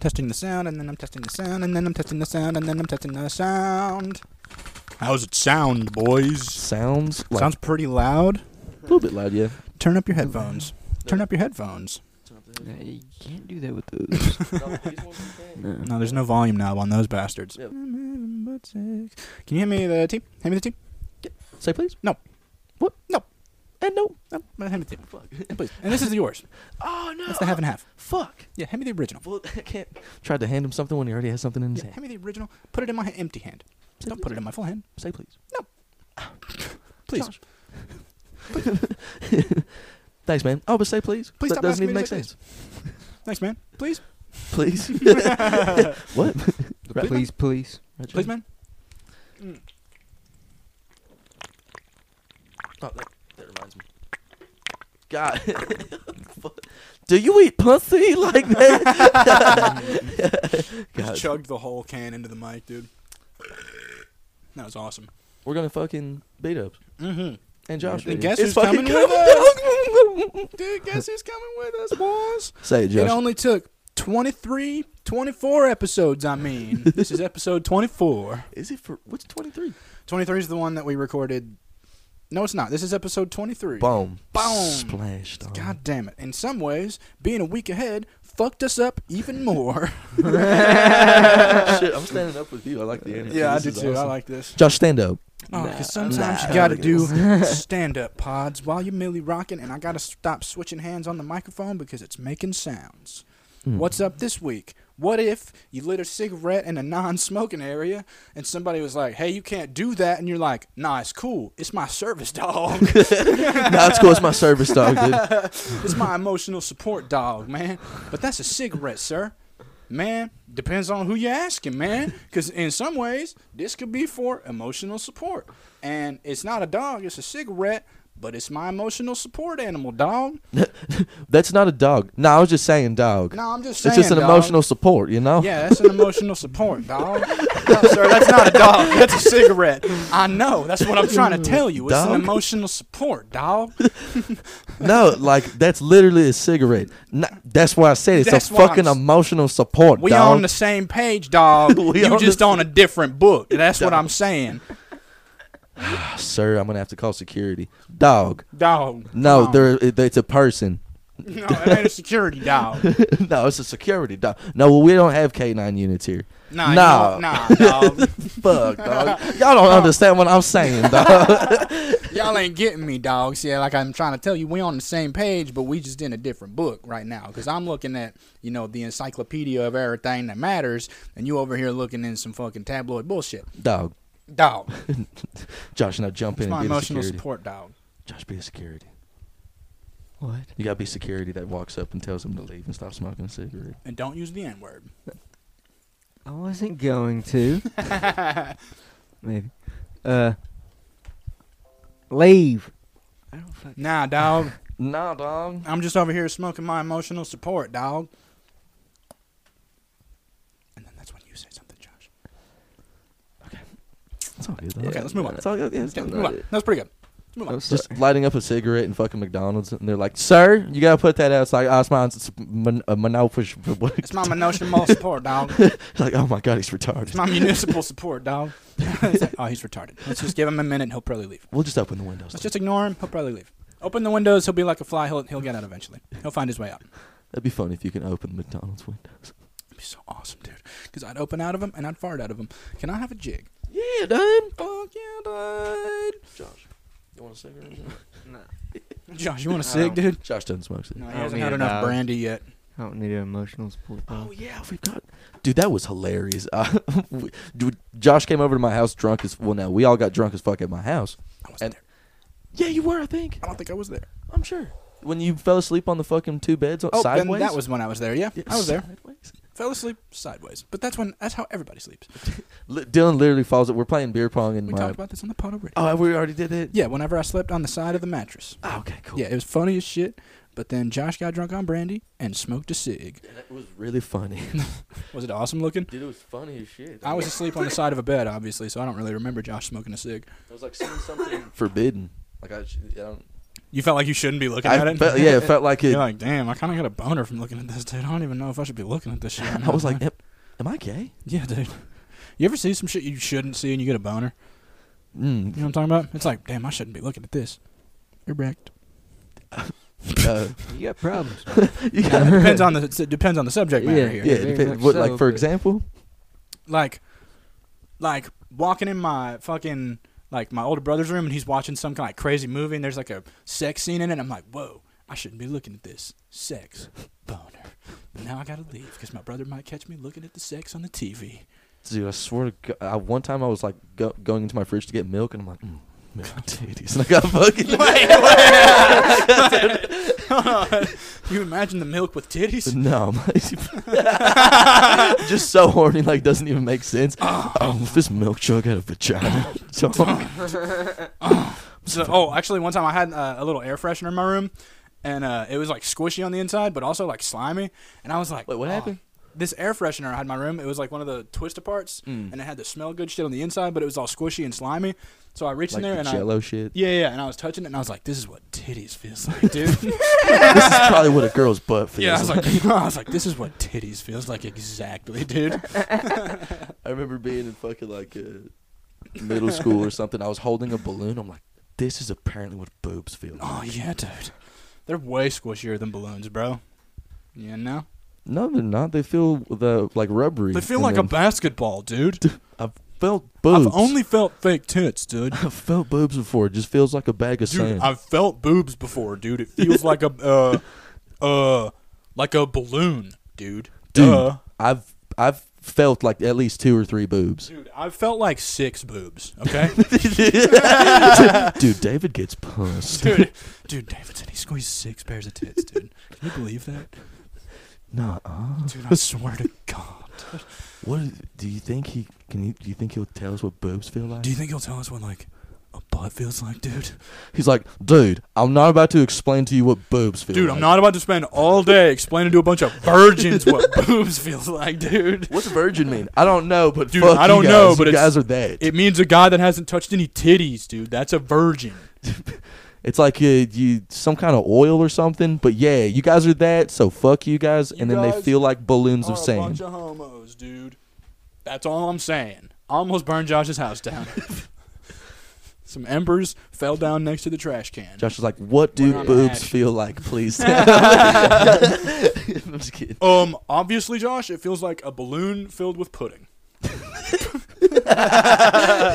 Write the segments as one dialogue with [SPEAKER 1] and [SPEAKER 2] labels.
[SPEAKER 1] testing the sound, and then I'm testing the sound, and then I'm testing the sound, and then I'm testing the sound. How's it sound, boys?
[SPEAKER 2] Sounds like
[SPEAKER 1] Sounds pretty loud.
[SPEAKER 2] a little bit loud, yeah.
[SPEAKER 1] Turn up your headphones. Turn up your headphones.
[SPEAKER 2] Nah, you can't do that with those. No.
[SPEAKER 1] No, there's no volume knob on those bastards.
[SPEAKER 2] Yep.
[SPEAKER 1] I'm having butt sex. Can you hand me the tea? Hand me the tea.
[SPEAKER 2] Say please.
[SPEAKER 1] No.
[SPEAKER 2] What?
[SPEAKER 1] No.
[SPEAKER 2] And no.
[SPEAKER 1] No, hand me the tea. Please. And this is yours.
[SPEAKER 2] Oh no.
[SPEAKER 1] That's the half and half.
[SPEAKER 2] Fuck.
[SPEAKER 1] Yeah, hand me the original.
[SPEAKER 2] Well, I can't. Tried to hand him something when he already has something in his
[SPEAKER 1] Yeah,
[SPEAKER 2] hand.
[SPEAKER 1] hand me the original. Put it in my ha- empty hand.
[SPEAKER 2] Say
[SPEAKER 1] Don't
[SPEAKER 2] please.
[SPEAKER 1] put it in my full hand.
[SPEAKER 2] Say please.
[SPEAKER 1] Please.
[SPEAKER 2] Josh. Thanks, man. Oh, but say please.
[SPEAKER 1] Please
[SPEAKER 2] that
[SPEAKER 1] stop
[SPEAKER 2] doesn't
[SPEAKER 1] asking
[SPEAKER 2] even
[SPEAKER 1] me
[SPEAKER 2] make
[SPEAKER 1] to say
[SPEAKER 2] sense.
[SPEAKER 1] Thanks, man. Please.
[SPEAKER 2] Please. what? Right.
[SPEAKER 3] Please, please.
[SPEAKER 2] Right,
[SPEAKER 1] Please,
[SPEAKER 2] Johnny?
[SPEAKER 1] man.
[SPEAKER 2] Oh, that, that reminds me. God. Fuck. Do you eat pussy like that? God.
[SPEAKER 1] Just chugged the whole can into the mic, dude. That was awesome.
[SPEAKER 2] We're gonna fucking beat up.
[SPEAKER 1] Mm-hmm.
[SPEAKER 2] And Josh,
[SPEAKER 3] And
[SPEAKER 2] man,
[SPEAKER 1] guess
[SPEAKER 2] it's
[SPEAKER 1] who's
[SPEAKER 2] fucking
[SPEAKER 1] coming with
[SPEAKER 2] down.
[SPEAKER 1] Dude, guess who's coming with us, boys?
[SPEAKER 2] Say it,
[SPEAKER 1] It
[SPEAKER 2] Josh.
[SPEAKER 1] only took 23, 24 episodes, I mean. this is episode 24.
[SPEAKER 2] Is it for what's twenty three?
[SPEAKER 1] 23 is the one that we recorded. No, it's not. This is episode 23.
[SPEAKER 2] Boom.
[SPEAKER 1] Boom.
[SPEAKER 2] Splashed. On.
[SPEAKER 1] God damn it. In some ways, being a week ahead fucked us up even more.
[SPEAKER 2] Shit, I'm standing up with you. I like the energy. This is awesome.
[SPEAKER 1] like this.
[SPEAKER 2] Josh, stand up.
[SPEAKER 1] Oh,
[SPEAKER 3] Nah,
[SPEAKER 1] because sometimes
[SPEAKER 2] nah.
[SPEAKER 1] you gotta do stand-up pods while you're milly rocking, and I gotta stop switching hands on the microphone because it's making sounds.
[SPEAKER 2] Hmm.
[SPEAKER 1] What's up this week? What if you lit a cigarette in a non-smoking area, and somebody was like, "Hey, you can't do that," and you're like, "Nah, it's cool. It's my service dog.
[SPEAKER 2] nah, it's cool. It's my service dog, dude.
[SPEAKER 1] it's my emotional support dog, man." But that's a cigarette, sir. Man, depends on who you're asking, man. Because in some ways, this could be for emotional support. And it's not a dog, it's a cigarette, but it's my emotional support animal, dog.
[SPEAKER 2] That's not a dog. No, I was just saying dog.
[SPEAKER 1] No, I'm just saying.
[SPEAKER 2] it's just an
[SPEAKER 1] dog.
[SPEAKER 2] emotional support, you know?
[SPEAKER 1] Yeah, that's an emotional support, dog. No, sir, that's not a dog. That's a cigarette. I know. That's what I'm trying to tell you. It's
[SPEAKER 2] Dog?
[SPEAKER 1] an emotional support, dog.
[SPEAKER 2] No, like that's literally a cigarette. No, that's why I said it's
[SPEAKER 1] That's
[SPEAKER 2] a
[SPEAKER 1] why I'm
[SPEAKER 2] fucking
[SPEAKER 1] s-
[SPEAKER 2] emotional support,
[SPEAKER 1] We
[SPEAKER 2] dog.
[SPEAKER 1] on the same page, dog.
[SPEAKER 2] We
[SPEAKER 1] you
[SPEAKER 2] on
[SPEAKER 1] just
[SPEAKER 2] the
[SPEAKER 1] on a different book. That's what I'm saying,
[SPEAKER 2] Sir, I'm gonna have to call security. Dog.
[SPEAKER 1] dog.
[SPEAKER 2] No,
[SPEAKER 1] Dog.
[SPEAKER 2] there. It, it's a person.
[SPEAKER 1] No, it ain't a security dog.
[SPEAKER 2] no, it's a security dog. No, well, we don't have K9 units here.
[SPEAKER 1] Nah,
[SPEAKER 2] Nah.
[SPEAKER 1] y'all- nah, dog.
[SPEAKER 2] Fuck, dog. Y'all don't understand what I'm saying, dog.
[SPEAKER 1] y'all ain't getting me, dog. See, like I'm trying to tell you, we on the same page, but we just in a different book right now. Because I'm looking at, you know, the encyclopedia of everything that matters, and you over here looking in some fucking tabloid bullshit,
[SPEAKER 2] dog.
[SPEAKER 1] dog.
[SPEAKER 2] Josh, now jump
[SPEAKER 1] It's
[SPEAKER 2] in
[SPEAKER 1] my
[SPEAKER 2] and be the
[SPEAKER 1] emotional
[SPEAKER 2] security.
[SPEAKER 1] support, dog.
[SPEAKER 2] Josh, be a security.
[SPEAKER 3] What?
[SPEAKER 2] You gotta be security that walks up and tells him to leave and stop smoking a cigarette.
[SPEAKER 1] And don't use the N word.
[SPEAKER 3] I wasn't going to. Maybe. Uh. Leave. I don't fucking.
[SPEAKER 1] Nah, dog.
[SPEAKER 2] Nah, dog.
[SPEAKER 1] I'm just over here smoking my emotional support, dog. And then that's when you say something, Josh.
[SPEAKER 2] It's all good. Dog.
[SPEAKER 1] Okay, let's move on.
[SPEAKER 2] It's all good. Yeah, it's
[SPEAKER 1] Yeah,
[SPEAKER 2] all
[SPEAKER 1] move
[SPEAKER 2] right.
[SPEAKER 1] on. That was pretty good. Let's move on.
[SPEAKER 3] I'm
[SPEAKER 2] Just
[SPEAKER 3] sorry.
[SPEAKER 2] lighting up a cigarette in fucking McDonald's, and they're like, "Sir, you gotta put that out." It's like, "Oh, it's mine. It's mon- uh, a monopoly."
[SPEAKER 1] It's my emotional support, dog.
[SPEAKER 2] like, "Oh my god, he's retarded."
[SPEAKER 1] It's my municipal support, dog. It's like, oh, he's retarded. Let's just give him a minute. and He'll probably leave.
[SPEAKER 2] we'll just open the windows.
[SPEAKER 1] Let's just ignore him. He'll probably leave. Open the windows. He'll be like a fly. He'll, he'll get out eventually. He'll find his way out.
[SPEAKER 2] That'd be fun if you can open McDonald's windows.
[SPEAKER 1] It'd be so awesome, dude. Because I'd open out of him and I'd fart out of him. Can I have a jig?
[SPEAKER 2] Yeah, dude.
[SPEAKER 1] Fuck yeah, dude.
[SPEAKER 2] Josh, you want a cigarette?
[SPEAKER 1] Josh, you want a
[SPEAKER 3] I
[SPEAKER 1] cig,
[SPEAKER 3] don't-
[SPEAKER 1] dude?
[SPEAKER 2] Josh doesn't smoke
[SPEAKER 1] No, he
[SPEAKER 2] cigarettes.
[SPEAKER 3] I don't
[SPEAKER 1] hasn't
[SPEAKER 3] need
[SPEAKER 1] had
[SPEAKER 3] it,
[SPEAKER 1] enough
[SPEAKER 3] dog.
[SPEAKER 1] brandy yet.
[SPEAKER 3] I don't need an emotional support.
[SPEAKER 2] Oh
[SPEAKER 3] dog.
[SPEAKER 2] yeah, we've got. Dude, that was hilarious. Uh, we- dude, Josh came over to my house drunk as well. Now we all got drunk as fuck at my house.
[SPEAKER 1] I wasn't
[SPEAKER 2] And-
[SPEAKER 1] there.
[SPEAKER 2] Yeah, you were. I think.
[SPEAKER 1] I don't think I was there.
[SPEAKER 2] I'm sure. When you fell asleep on the fucking two beds on
[SPEAKER 1] Oh,
[SPEAKER 2] sideways.
[SPEAKER 1] then that was when I was there. Yeah,
[SPEAKER 2] Yeah,
[SPEAKER 1] I was there.
[SPEAKER 2] sideways.
[SPEAKER 1] Fell asleep sideways. But that's when. That's how everybody sleeps.
[SPEAKER 2] Li- Dylan literally falls. We're playing beer pong in
[SPEAKER 1] We
[SPEAKER 2] my.
[SPEAKER 1] talked about this on the pod already.
[SPEAKER 2] oh, we already did it.
[SPEAKER 1] yeah, whenever I slept on the side of the mattress.
[SPEAKER 2] Oh, okay, cool.
[SPEAKER 1] Yeah, it was funny as shit. But then Josh got drunk on brandy and smoked a cig.
[SPEAKER 2] that was really funny.
[SPEAKER 1] Was it awesome looking?
[SPEAKER 2] Dude, it was funny as shit.
[SPEAKER 1] I was asleep on the side of a bed, obviously, so I don't really remember Josh smoking a cig.
[SPEAKER 2] It was like seeing something forbidden. Like I, sh- I don't.
[SPEAKER 1] You felt like you shouldn't be looking at
[SPEAKER 2] I
[SPEAKER 1] it.
[SPEAKER 2] felt, yeah, it felt like it.
[SPEAKER 1] You're like, damn, I kind of got a boner from looking at this, dude. I don't even know if I should be looking at this shit.
[SPEAKER 2] I was like, am, am I gay?
[SPEAKER 1] yeah, dude. You ever see some shit you shouldn't see and you get a boner?
[SPEAKER 2] Mm.
[SPEAKER 1] You know what I'm talking about? It's like, damn, I shouldn't be looking at this. Erect.
[SPEAKER 2] Uh,
[SPEAKER 3] Oh, You got problems.
[SPEAKER 2] you
[SPEAKER 1] Yeah, it
[SPEAKER 2] got-
[SPEAKER 1] depends on the it depends on the subject matter
[SPEAKER 3] Yeah,
[SPEAKER 1] here.
[SPEAKER 2] yeah,
[SPEAKER 3] very
[SPEAKER 2] it depends- what,
[SPEAKER 3] much
[SPEAKER 2] like
[SPEAKER 3] so,
[SPEAKER 2] for
[SPEAKER 3] but-
[SPEAKER 2] example,
[SPEAKER 1] like like walking in my fucking like my older brother's room and he's watching some kind of crazy movie and there's like a sex scene in it and I'm like, whoa, I shouldn't be looking at this sex boner. But now I gotta leave because my brother might catch me looking at the sex on the TV.
[SPEAKER 2] dude, I swear to God, I, one time I was like go, going into my fridge to get milk, and I'm like, mm, milk titties, and I got fucking.
[SPEAKER 1] you imagine the milk with titties?
[SPEAKER 2] No, I'm- just so horny, like doesn't even make sense. Oh, if this milk jug had a vagina. So,
[SPEAKER 1] So, oh, actually, one time I had uh, a little air freshener in my room, and uh, it was like squishy on the inside, but also like slimy. And I was like,
[SPEAKER 2] Wait, what
[SPEAKER 1] "Oh."
[SPEAKER 2] happened?
[SPEAKER 1] This air freshener I had in my room. It was like one of the twister parts,
[SPEAKER 2] Mm.
[SPEAKER 1] and it had the smell good shit on the inside, but it was all squishy and slimy. So I reached
[SPEAKER 2] like
[SPEAKER 1] in there
[SPEAKER 2] the
[SPEAKER 1] and I.
[SPEAKER 2] Jello shit.
[SPEAKER 1] Yeah, yeah, and I was touching it, and I was like, "This is what titties feels like, dude."
[SPEAKER 2] this is probably what a girl's butt feels.
[SPEAKER 1] yeah, I was like, "I was like, this is what titties feels like exactly, dude."
[SPEAKER 2] I remember being in fucking like uh, middle school or something. I was holding a balloon. I'm like, this is apparently what boobs feel. Like.
[SPEAKER 1] Oh yeah, dude, they're way squishier than balloons, bro. You know,
[SPEAKER 2] No, they're not. They feel the like rubbery.
[SPEAKER 1] they feel
[SPEAKER 2] and
[SPEAKER 1] like a
[SPEAKER 2] then-
[SPEAKER 1] basketball, dude.
[SPEAKER 2] I've felt boobs.
[SPEAKER 1] I've only felt fake tits, dude.
[SPEAKER 2] I've felt boobs before. It just feels like a bag of
[SPEAKER 1] Dude,
[SPEAKER 2] sand.
[SPEAKER 1] I've felt boobs before, dude. It feels like a uh uh like a balloon, dude.
[SPEAKER 2] Dude.
[SPEAKER 1] Duh.
[SPEAKER 2] I've I've felt like at least two or three boobs.
[SPEAKER 1] Dude, I've felt like six boobs, okay?
[SPEAKER 2] Dude, David gets pussed.
[SPEAKER 1] dude, dude, David said he squeezed six pairs of tits, dude. Can you believe that?
[SPEAKER 2] Nah,
[SPEAKER 1] Dude, I swear to God.
[SPEAKER 2] what is- do you think he can? He, do you think he'll tell us what boobs feel like?
[SPEAKER 1] Do you think he'll tell us what, like, a butt feels like, dude?
[SPEAKER 2] He's like, dude, I'm not about to explain to you what boobs feel.
[SPEAKER 1] Dude,
[SPEAKER 2] like.
[SPEAKER 1] I'm not about to spend all day explaining to a bunch of virgins what boobs feels like, dude.
[SPEAKER 2] What's virgin mean? I don't know, but
[SPEAKER 1] Dude,
[SPEAKER 2] fuck
[SPEAKER 1] I
[SPEAKER 2] you
[SPEAKER 1] don't
[SPEAKER 2] guys.
[SPEAKER 1] know,
[SPEAKER 2] You
[SPEAKER 1] but it's-
[SPEAKER 2] guys are that.
[SPEAKER 1] It means a guy that hasn't touched any titties, dude. That's a virgin.
[SPEAKER 2] it's like you, you some kind of oil or something. But yeah, you guys are that. So fuck you guys.
[SPEAKER 1] You
[SPEAKER 2] and then they
[SPEAKER 1] guys
[SPEAKER 2] feel like balloons
[SPEAKER 1] are
[SPEAKER 2] of
[SPEAKER 1] a bunch
[SPEAKER 2] sand.
[SPEAKER 1] of homos, dude. That's all I'm saying. Almost burned Josh's house down. Some embers fell down next to the trash can.
[SPEAKER 2] Josh is like, what do
[SPEAKER 1] We're on
[SPEAKER 2] boobs
[SPEAKER 1] ash.
[SPEAKER 2] feel like? Please. I'm just kidding.
[SPEAKER 1] um, obviously, Josh, it feels like a balloon filled with pudding.
[SPEAKER 2] uh,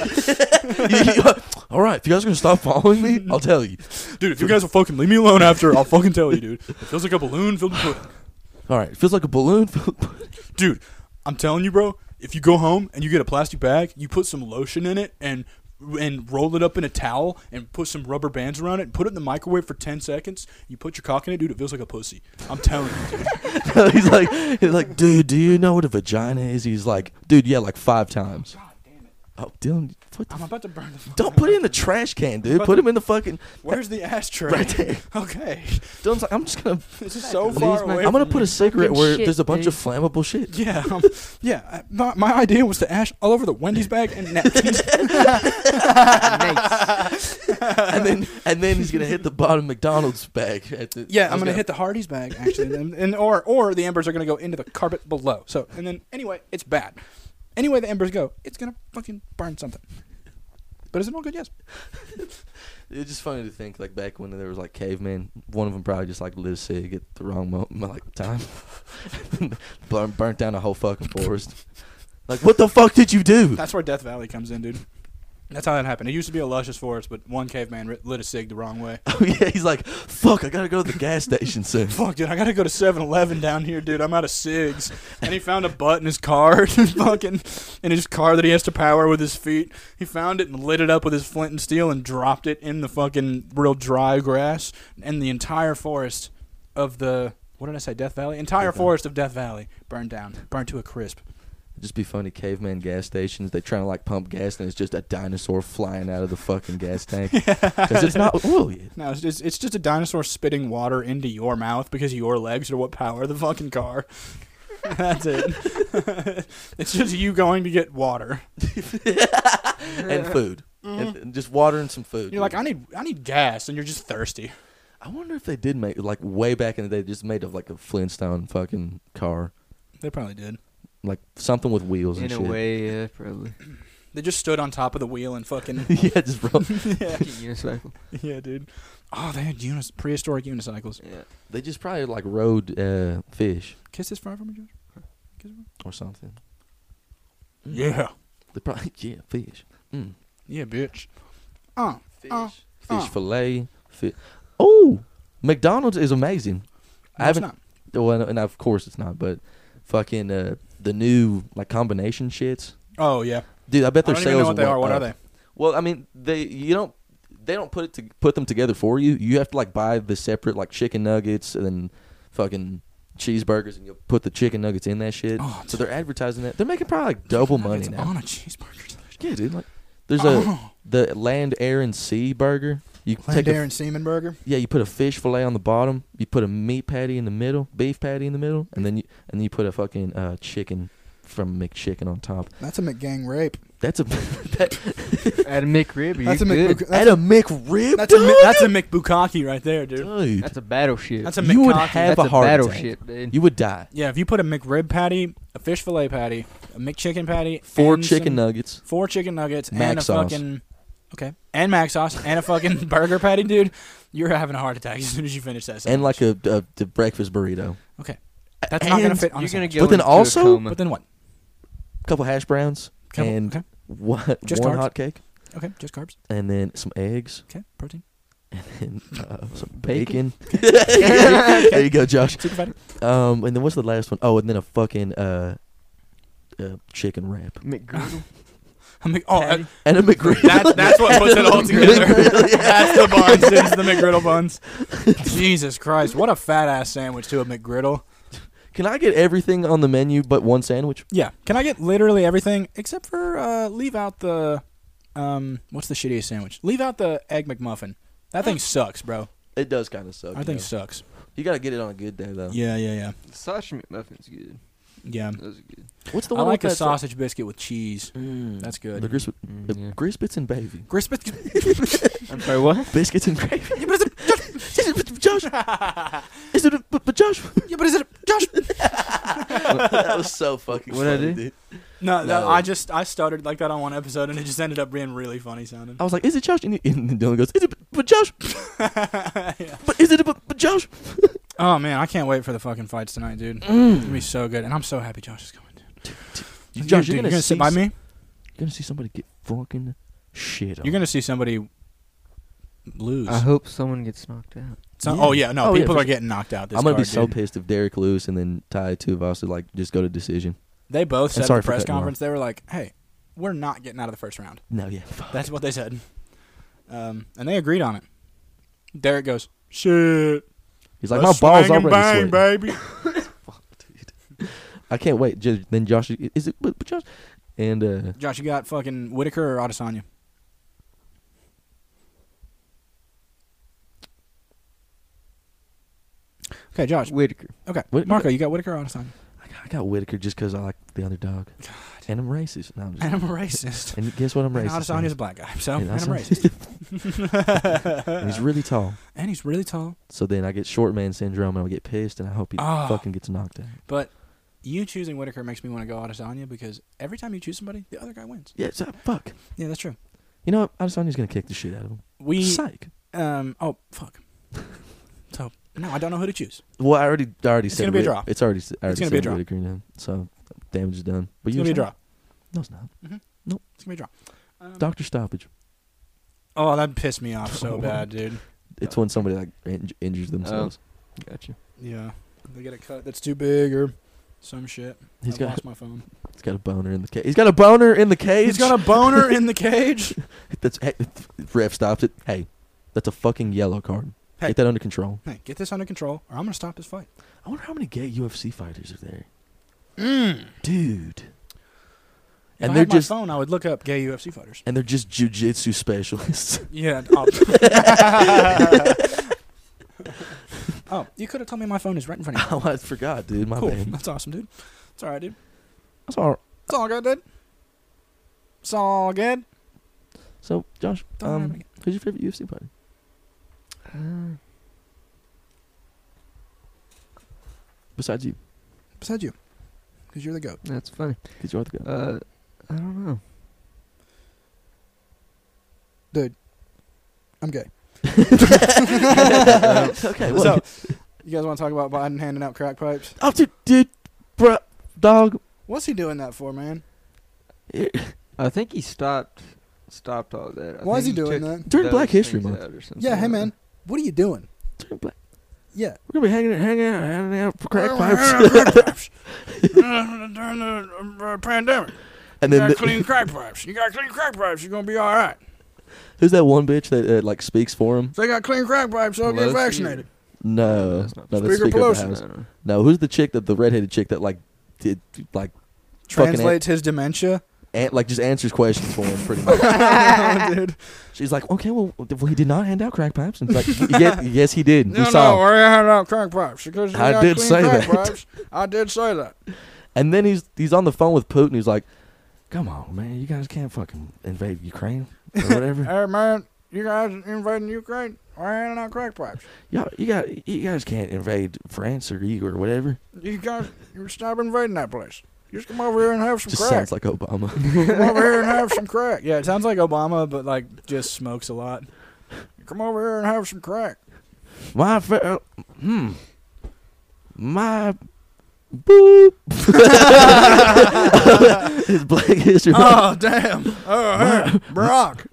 [SPEAKER 2] All right, if you guys are gonna stop following me, I'll tell you.
[SPEAKER 1] Dude, if you guys will fucking leave me alone after, I'll fucking tell you, dude. It feels like a balloon filled with pudding.
[SPEAKER 2] All right, it feels like a balloon.
[SPEAKER 1] Dude, I'm telling you, bro, if you go home and you get a plastic bag, you put some lotion in it and and roll it up in a towel and put some rubber bands around it and put it in the microwave for 10 seconds. You put your cock in it, dude, it feels like a pussy. I'm telling you, dude.
[SPEAKER 2] he's like, he's like, dude, do you know what a vagina is? He's like, dude, yeah, like five times.
[SPEAKER 1] God damn it.
[SPEAKER 2] Oh, Dylan, what the
[SPEAKER 1] I'm
[SPEAKER 2] f-
[SPEAKER 1] about to burn the phone.
[SPEAKER 2] don't put it in the trash can, dude.
[SPEAKER 1] But-
[SPEAKER 2] Put him in the fucking
[SPEAKER 1] Where's the ashtray?
[SPEAKER 2] right there.
[SPEAKER 1] Okay.
[SPEAKER 2] Dylan's like, I'm just gonna,
[SPEAKER 1] This is so
[SPEAKER 2] Leave
[SPEAKER 1] far
[SPEAKER 3] my-
[SPEAKER 1] away.
[SPEAKER 2] I'm gonna
[SPEAKER 1] from
[SPEAKER 2] put a
[SPEAKER 1] me.
[SPEAKER 2] cigarette where
[SPEAKER 3] shit,
[SPEAKER 2] there's a bunch
[SPEAKER 3] dude.
[SPEAKER 2] of flammable shit.
[SPEAKER 1] Yeah, um, yeah. I- My, my idea was to ash all over the Wendy's bag and napkins.
[SPEAKER 2] and then, and then he's gonna hit the bottom McDonald's bag. At the,
[SPEAKER 1] yeah,
[SPEAKER 2] I
[SPEAKER 1] I'm
[SPEAKER 2] was
[SPEAKER 1] gonna hit the Hardee's bag actually, and, and or or the embers are gonna go into the carpet below. So and then anyway, it's bad. Anyway, the embers go. It's gonna fucking burn something. But is it all good? Yes.
[SPEAKER 2] It's just funny to think like back when there was like cavemen. One of them probably just like lit a cig at the wrong mo- mo- like time, Burn, burnt down a whole fucking forest. like what the fuck did you do?
[SPEAKER 1] That's where Death Valley comes in, dude. That's how that happened. It used to be a luscious forest, but one caveman ri- lit a cig the wrong way.
[SPEAKER 2] Oh yeah, he's like, fuck, I gotta go to the gas station soon.
[SPEAKER 1] Fuck, dude, I gotta go to 7 Eleven down here, dude. I'm out of cigs. And he found a butt in his car, fucking, in his car that he has to power with his feet. He found it and lit it up with his flint and steel and dropped it in the fucking real dry grass. And the entire forest of the, what did I say, Death Valley? Entire
[SPEAKER 2] Death Valley.
[SPEAKER 1] forest of Death Valley burned down, burned to a crisp.
[SPEAKER 2] It'd just be funny, caveman gas stations. They trying to like pump gas, and it's just a dinosaur flying out of the fucking gas tank because it's not oil yet.
[SPEAKER 1] No, it's just, it's just a dinosaur spitting water into your mouth because your legs are what power the fucking car. That's it. it's just you going to get water.
[SPEAKER 2] and food. and, and just water and some food.
[SPEAKER 1] Mm-hmm. You're like,
[SPEAKER 2] dude.
[SPEAKER 1] I need, I need gas, and you're just thirsty.
[SPEAKER 2] I wonder if they did make like way back in the day, just made of like a Flintstone fucking car,
[SPEAKER 1] They probably did.
[SPEAKER 2] like something with wheels
[SPEAKER 3] In
[SPEAKER 2] and
[SPEAKER 3] a
[SPEAKER 2] shit.
[SPEAKER 3] way, yeah, probably.
[SPEAKER 1] They just stood on top of the wheel and fucking.
[SPEAKER 2] yeah, just bro.
[SPEAKER 1] yeah.
[SPEAKER 3] Unicycle.
[SPEAKER 1] yeah, dude. Oh, they had unis- prehistoric unicycles.
[SPEAKER 3] Yeah.
[SPEAKER 2] They just probably like rode uh, fish
[SPEAKER 1] Kiss this fry for me, Josh. Kiss it
[SPEAKER 2] or something.
[SPEAKER 1] for me? Yeah.
[SPEAKER 2] They probably yeah fish. Mm.
[SPEAKER 1] Yeah, bitch. Uh,
[SPEAKER 3] Fish.
[SPEAKER 1] Uh,
[SPEAKER 2] Fish
[SPEAKER 1] Uh.
[SPEAKER 2] fillet. Fish. Oh, McDonald's is amazing. I
[SPEAKER 1] no, it's
[SPEAKER 2] haven't.
[SPEAKER 1] not.
[SPEAKER 2] Well, and of course it's not, but fucking uh, the new like combination shits.
[SPEAKER 1] Oh yeah.
[SPEAKER 2] Dude, I bet
[SPEAKER 1] I
[SPEAKER 2] their
[SPEAKER 1] don't even
[SPEAKER 2] sales.
[SPEAKER 1] know what they
[SPEAKER 2] went
[SPEAKER 1] are. What
[SPEAKER 2] up.
[SPEAKER 1] are they?
[SPEAKER 2] Well, I mean, they you don't they don't put it to put them together for you. You have to like buy the separate like chicken nuggets and then fucking cheeseburgers, and you put the chicken nuggets in that shit.
[SPEAKER 1] Oh,
[SPEAKER 2] so they're advertising that. They're making probably like double money
[SPEAKER 1] It's
[SPEAKER 2] now.
[SPEAKER 1] on a cheeseburger.
[SPEAKER 2] Yeah, dude. Like, there's a
[SPEAKER 1] Oh.
[SPEAKER 2] the land, air, and sea burger. You
[SPEAKER 1] Land,
[SPEAKER 2] take a-
[SPEAKER 1] air, and semen burger.
[SPEAKER 2] yeah, you put a fish fillet on the bottom. You put a meat patty in the middle, beef patty in the middle, and then you and then you put a fucking uh, chicken from McChicken on top.
[SPEAKER 1] That's a McGang rape.
[SPEAKER 2] That's a that,
[SPEAKER 3] At a McRib, are
[SPEAKER 1] That's a
[SPEAKER 3] you good?
[SPEAKER 1] McBuk-
[SPEAKER 2] at
[SPEAKER 1] that's,
[SPEAKER 2] a McRib.
[SPEAKER 1] that's a
[SPEAKER 2] dog?
[SPEAKER 1] Mi- that's a McBukaki right there, dude.
[SPEAKER 2] dude.
[SPEAKER 3] That's a battleship.
[SPEAKER 1] That's a
[SPEAKER 2] you would
[SPEAKER 1] McCocky.
[SPEAKER 2] have
[SPEAKER 3] That's
[SPEAKER 2] a heart attack.
[SPEAKER 3] battleship, dude.
[SPEAKER 2] You would die.
[SPEAKER 1] Yeah, if you put a McRib patty, a fish fillet patty, a McChicken patty,
[SPEAKER 2] Four
[SPEAKER 1] and
[SPEAKER 2] chicken
[SPEAKER 1] some-
[SPEAKER 2] nuggets.
[SPEAKER 1] four chicken nuggets,
[SPEAKER 2] Mac
[SPEAKER 1] and a
[SPEAKER 2] sauce.
[SPEAKER 1] fucking okay, and mac sauce, and a fucking burger patty, dude. You're having a heart attack as soon as you finish that.
[SPEAKER 2] And
[SPEAKER 1] sandwich.
[SPEAKER 2] like a, a, the breakfast burrito,
[SPEAKER 1] that's not gonna
[SPEAKER 2] and
[SPEAKER 1] fit on.
[SPEAKER 3] You're
[SPEAKER 1] a
[SPEAKER 3] gonna
[SPEAKER 1] sandwich.
[SPEAKER 2] But
[SPEAKER 3] go
[SPEAKER 2] then
[SPEAKER 3] into
[SPEAKER 2] also-
[SPEAKER 3] a coma.
[SPEAKER 1] But then what?
[SPEAKER 2] couple hash browns,
[SPEAKER 1] Couple-
[SPEAKER 2] and
[SPEAKER 1] okay,
[SPEAKER 2] one,
[SPEAKER 1] Just
[SPEAKER 2] one
[SPEAKER 1] carbs?
[SPEAKER 2] hot cake,
[SPEAKER 1] okay, just carbs.
[SPEAKER 2] and then some eggs,
[SPEAKER 1] Okay, protein.
[SPEAKER 2] and uh, some bacon. there you go, Josh.
[SPEAKER 1] Super fatty.
[SPEAKER 2] Um, and then what's the last one? Oh, and then a fucking uh, uh chicken wrap
[SPEAKER 3] McGriddle.
[SPEAKER 1] I'm like, oh,
[SPEAKER 3] Patty.
[SPEAKER 1] uh,
[SPEAKER 2] and a McGriddle.
[SPEAKER 1] that, that's what puts it all together.
[SPEAKER 2] McGriddle, yeah.
[SPEAKER 1] that's the buns. It's the McGriddle buns. Jesus Christ, what a fat ass sandwich to a McGriddle.
[SPEAKER 2] Can I get everything on the menu but one sandwich?
[SPEAKER 1] Yeah. Can I get literally everything except for uh, leave out the um what's the shittiest sandwich? Leave out the egg McMuffin. That thing sucks, bro.
[SPEAKER 2] It does kind of suck.
[SPEAKER 1] That
[SPEAKER 2] you
[SPEAKER 1] thing
[SPEAKER 2] know.
[SPEAKER 1] sucks.
[SPEAKER 2] You gotta get it on a good day though.
[SPEAKER 1] Yeah, yeah, yeah.
[SPEAKER 3] Sausage McMuffin's good.
[SPEAKER 1] Yeah.
[SPEAKER 3] Those are good.
[SPEAKER 2] What's the
[SPEAKER 1] I
[SPEAKER 2] one
[SPEAKER 1] like
[SPEAKER 2] with
[SPEAKER 1] a
[SPEAKER 2] that sauce?
[SPEAKER 1] sausage biscuit with cheese.
[SPEAKER 3] Hmm,
[SPEAKER 1] That's
[SPEAKER 2] The
[SPEAKER 1] good.
[SPEAKER 2] gris- the
[SPEAKER 3] yeah.
[SPEAKER 2] grist bits and gravy.
[SPEAKER 1] Gris biscuit.
[SPEAKER 3] I'm sorry, what?
[SPEAKER 2] Biscuits and gravy. Yeah, but is it but Josh? Is it but, but Josh?
[SPEAKER 1] Yeah, but is it Josh?
[SPEAKER 2] that was so fucking
[SPEAKER 3] What'd I
[SPEAKER 2] funny,
[SPEAKER 3] do?
[SPEAKER 2] dude.
[SPEAKER 1] No,
[SPEAKER 2] No.
[SPEAKER 1] no, I just I stuttered like that on one episode, and it just ended up being really funny sounding.
[SPEAKER 2] I was like, "Is it Josh?" And, he, and Dylan goes, "Is it but, but Josh?
[SPEAKER 1] Yeah.
[SPEAKER 2] But is it but, but Josh?"
[SPEAKER 1] Oh man, I can't wait for the fucking fights tonight, dude. It's gonna be so good, and I'm so happy Josh is coming. Dude.
[SPEAKER 2] Mm. Josh,
[SPEAKER 1] Dude, you're gonna
[SPEAKER 2] see
[SPEAKER 1] sit by
[SPEAKER 2] s-
[SPEAKER 1] me.
[SPEAKER 2] You're gonna see somebody get fucking shit. on.
[SPEAKER 1] You're gonna see somebody lose.
[SPEAKER 3] I hope someone gets knocked out.
[SPEAKER 1] So,
[SPEAKER 2] Uh, Yeah.
[SPEAKER 1] Oh yeah, no,
[SPEAKER 2] Oh, yeah,
[SPEAKER 1] people
[SPEAKER 2] for
[SPEAKER 1] are getting knocked out. This
[SPEAKER 2] I'm gonna be
[SPEAKER 1] card,
[SPEAKER 2] so
[SPEAKER 1] dude.
[SPEAKER 2] pissed if Derek Lewis and then Ty Tuivasa like just go to decision.
[SPEAKER 1] They both
[SPEAKER 2] And
[SPEAKER 1] said
[SPEAKER 2] sorry
[SPEAKER 1] at
[SPEAKER 2] for
[SPEAKER 1] the press
[SPEAKER 2] cutting you off.
[SPEAKER 1] conference they were like, "Hey, we're not getting out of the first round."
[SPEAKER 2] No, yeah, fuck.
[SPEAKER 1] That's what they said, um, and they agreed on it. Derek goes, "Shit,
[SPEAKER 2] He's like,
[SPEAKER 1] a
[SPEAKER 2] "My balls
[SPEAKER 1] swing and bang,
[SPEAKER 2] already sweating."
[SPEAKER 1] baby."
[SPEAKER 2] I can't wait. Ju- then Josh is it but, but Josh and uh
[SPEAKER 1] Josh, you got fucking Whitaker or Adesanya? Okay, Josh.
[SPEAKER 3] Whitaker.
[SPEAKER 1] Okay,
[SPEAKER 2] Whit-
[SPEAKER 1] Marco, you got Whitaker or Adesanya?
[SPEAKER 2] I got, I got Whitaker just because I like the underdog. And I'm racist. No, I'm just,
[SPEAKER 1] And I'm a racist.
[SPEAKER 2] and guess what? I'm
[SPEAKER 1] And
[SPEAKER 2] racist.
[SPEAKER 1] Adesanya's a
[SPEAKER 2] man.
[SPEAKER 1] black guy, so
[SPEAKER 2] And
[SPEAKER 1] and I'm
[SPEAKER 2] Adesanya-
[SPEAKER 1] racist.
[SPEAKER 2] And he's really tall.
[SPEAKER 1] and he's really tall.
[SPEAKER 2] So then I get short man syndrome and I get pissed and I hope he
[SPEAKER 1] Ah.
[SPEAKER 2] fucking gets knocked out.
[SPEAKER 1] But you choosing Whitaker makes me want to go Adesanya because every time you choose somebody, the other guy wins.
[SPEAKER 2] Yeah, so, fuck.
[SPEAKER 1] Yeah, that's true.
[SPEAKER 2] You know what? Adesanya's gonna kick the shit out of him.
[SPEAKER 1] We
[SPEAKER 2] Psych.
[SPEAKER 1] um oh fuck. so no, I don't know who to choose.
[SPEAKER 2] Well, I already, I already
[SPEAKER 1] It's
[SPEAKER 2] said
[SPEAKER 1] gonna be a
[SPEAKER 2] Whit-
[SPEAKER 1] draw.
[SPEAKER 2] It's already, s- I already
[SPEAKER 1] It's gonna
[SPEAKER 2] said
[SPEAKER 1] be a draw.
[SPEAKER 2] Whitaker now, so damage is done. But
[SPEAKER 1] It's
[SPEAKER 2] you
[SPEAKER 1] gonna be a
[SPEAKER 2] were
[SPEAKER 1] draw.
[SPEAKER 2] saying- No, it's not.
[SPEAKER 1] It's gonna be a draw. Um,
[SPEAKER 2] Doctor stoppage.
[SPEAKER 1] oh, that pissed me off so bad, dude.
[SPEAKER 2] It's when somebody like inj- injures themselves.
[SPEAKER 3] Gotcha.
[SPEAKER 1] Yeah, they get a cut that's too big or some shit.
[SPEAKER 2] He's
[SPEAKER 1] I've
[SPEAKER 2] got,
[SPEAKER 1] lost my phone.
[SPEAKER 2] he's got a boner in the cage. He's got a boner in the cage.
[SPEAKER 1] He's got a boner in the cage.
[SPEAKER 2] That's hey, ref stops it. Hey, that's a fucking yellow card.
[SPEAKER 1] Hey.
[SPEAKER 2] Get that under control.
[SPEAKER 1] Hey, get this under control, or I'm gonna stop this fight.
[SPEAKER 2] I wonder how many gay UFC fighters are there. Dude.
[SPEAKER 1] If
[SPEAKER 2] Mm. And
[SPEAKER 1] I
[SPEAKER 2] they're
[SPEAKER 1] had my
[SPEAKER 2] just
[SPEAKER 1] phone, I would look up gay UFC fighters.
[SPEAKER 2] and they're just jujitsu specialists.
[SPEAKER 1] Yeah. Oh. oh, you could have told me my phone is right in front of
[SPEAKER 2] oh, I forgot, dude. My
[SPEAKER 1] you. Cool.
[SPEAKER 2] bad.
[SPEAKER 1] That's awesome, dude. It's all right, dude.
[SPEAKER 2] That's all.
[SPEAKER 1] It's all good, dude. It's all good.
[SPEAKER 2] So, Josh,
[SPEAKER 1] Don't have
[SPEAKER 2] um,
[SPEAKER 1] any-
[SPEAKER 2] who's your favorite UFC fighter?
[SPEAKER 3] Uh,
[SPEAKER 2] Besides you,
[SPEAKER 1] Besides you, because you're the goat.
[SPEAKER 3] that's funny.
[SPEAKER 2] because you are the guy.
[SPEAKER 3] Uh, I don't know.
[SPEAKER 1] I'm gay.
[SPEAKER 2] okay, well,
[SPEAKER 1] Uh, So, you guys want to talk about Biden handing out crack pipes?
[SPEAKER 2] oh, dude, dude, bro, dog.
[SPEAKER 1] What's he doing that for, man?
[SPEAKER 3] I think he stopped stopped all that. I
[SPEAKER 1] Why is he
[SPEAKER 3] think
[SPEAKER 1] doing
[SPEAKER 3] took
[SPEAKER 1] that?
[SPEAKER 2] During
[SPEAKER 3] those
[SPEAKER 2] Black History
[SPEAKER 3] things
[SPEAKER 2] Month.
[SPEAKER 3] out or something
[SPEAKER 1] Yeah, hey
[SPEAKER 3] like
[SPEAKER 1] man, what are you doing?
[SPEAKER 2] Turn black.
[SPEAKER 1] Yeah.
[SPEAKER 2] We're gonna be hanging, hanging out, hanging out for
[SPEAKER 1] Oh,
[SPEAKER 2] crack pipes.
[SPEAKER 1] During the uh, pandemic,
[SPEAKER 2] and
[SPEAKER 1] you
[SPEAKER 2] then
[SPEAKER 1] gotta
[SPEAKER 2] the-
[SPEAKER 1] clean crack pipes. You gotta clean crack pipes. You're gonna be all right.
[SPEAKER 2] who's that one bitch that uh, like speaks for him?
[SPEAKER 1] If they got clean crack pipes, they'll get
[SPEAKER 3] Pelosi or-
[SPEAKER 1] vaccinated.
[SPEAKER 2] No,
[SPEAKER 3] That's not-
[SPEAKER 2] no, that's
[SPEAKER 1] Speaker
[SPEAKER 2] Speaker of the
[SPEAKER 1] Pelosi.
[SPEAKER 2] House.
[SPEAKER 3] No, no.
[SPEAKER 2] No, who's the chick that the redheaded chick that like did like fucking an-
[SPEAKER 1] Translates his dementia.
[SPEAKER 2] an- like just answers questions for him pretty much.
[SPEAKER 1] Dude.
[SPEAKER 2] She's like, okay, well, th- well, he did not hand out crack pipes. And it's like, yes, yes, he did. We
[SPEAKER 1] No,
[SPEAKER 2] saw.
[SPEAKER 1] no,
[SPEAKER 2] him.
[SPEAKER 1] I had out crack pipes because
[SPEAKER 2] I
[SPEAKER 1] I did
[SPEAKER 2] did
[SPEAKER 1] clean
[SPEAKER 2] say
[SPEAKER 1] crack
[SPEAKER 2] that.
[SPEAKER 1] Pipes. I did say that.
[SPEAKER 2] And then he's he's on the phone with Putin. He's like, come on, man, you guys can't fucking invade Ukraine or whatever.
[SPEAKER 1] Hey man, you guys invading Ukraine? Why handing out crack pipes?
[SPEAKER 2] Y'all, you got you guys can't invade France or EU or whatever.
[SPEAKER 1] You guys, you stop invading that place. Just come over here and have some
[SPEAKER 2] Just
[SPEAKER 1] crack.
[SPEAKER 2] sounds like Obama.
[SPEAKER 1] come over here and have some crack. Yeah, it sounds like Obama, but like just smokes a lot. Come over here and have some crack.
[SPEAKER 2] My fa- uh, hmm. My boop. His Black History. Month.
[SPEAKER 1] Oh damn! Oh hey, Brock,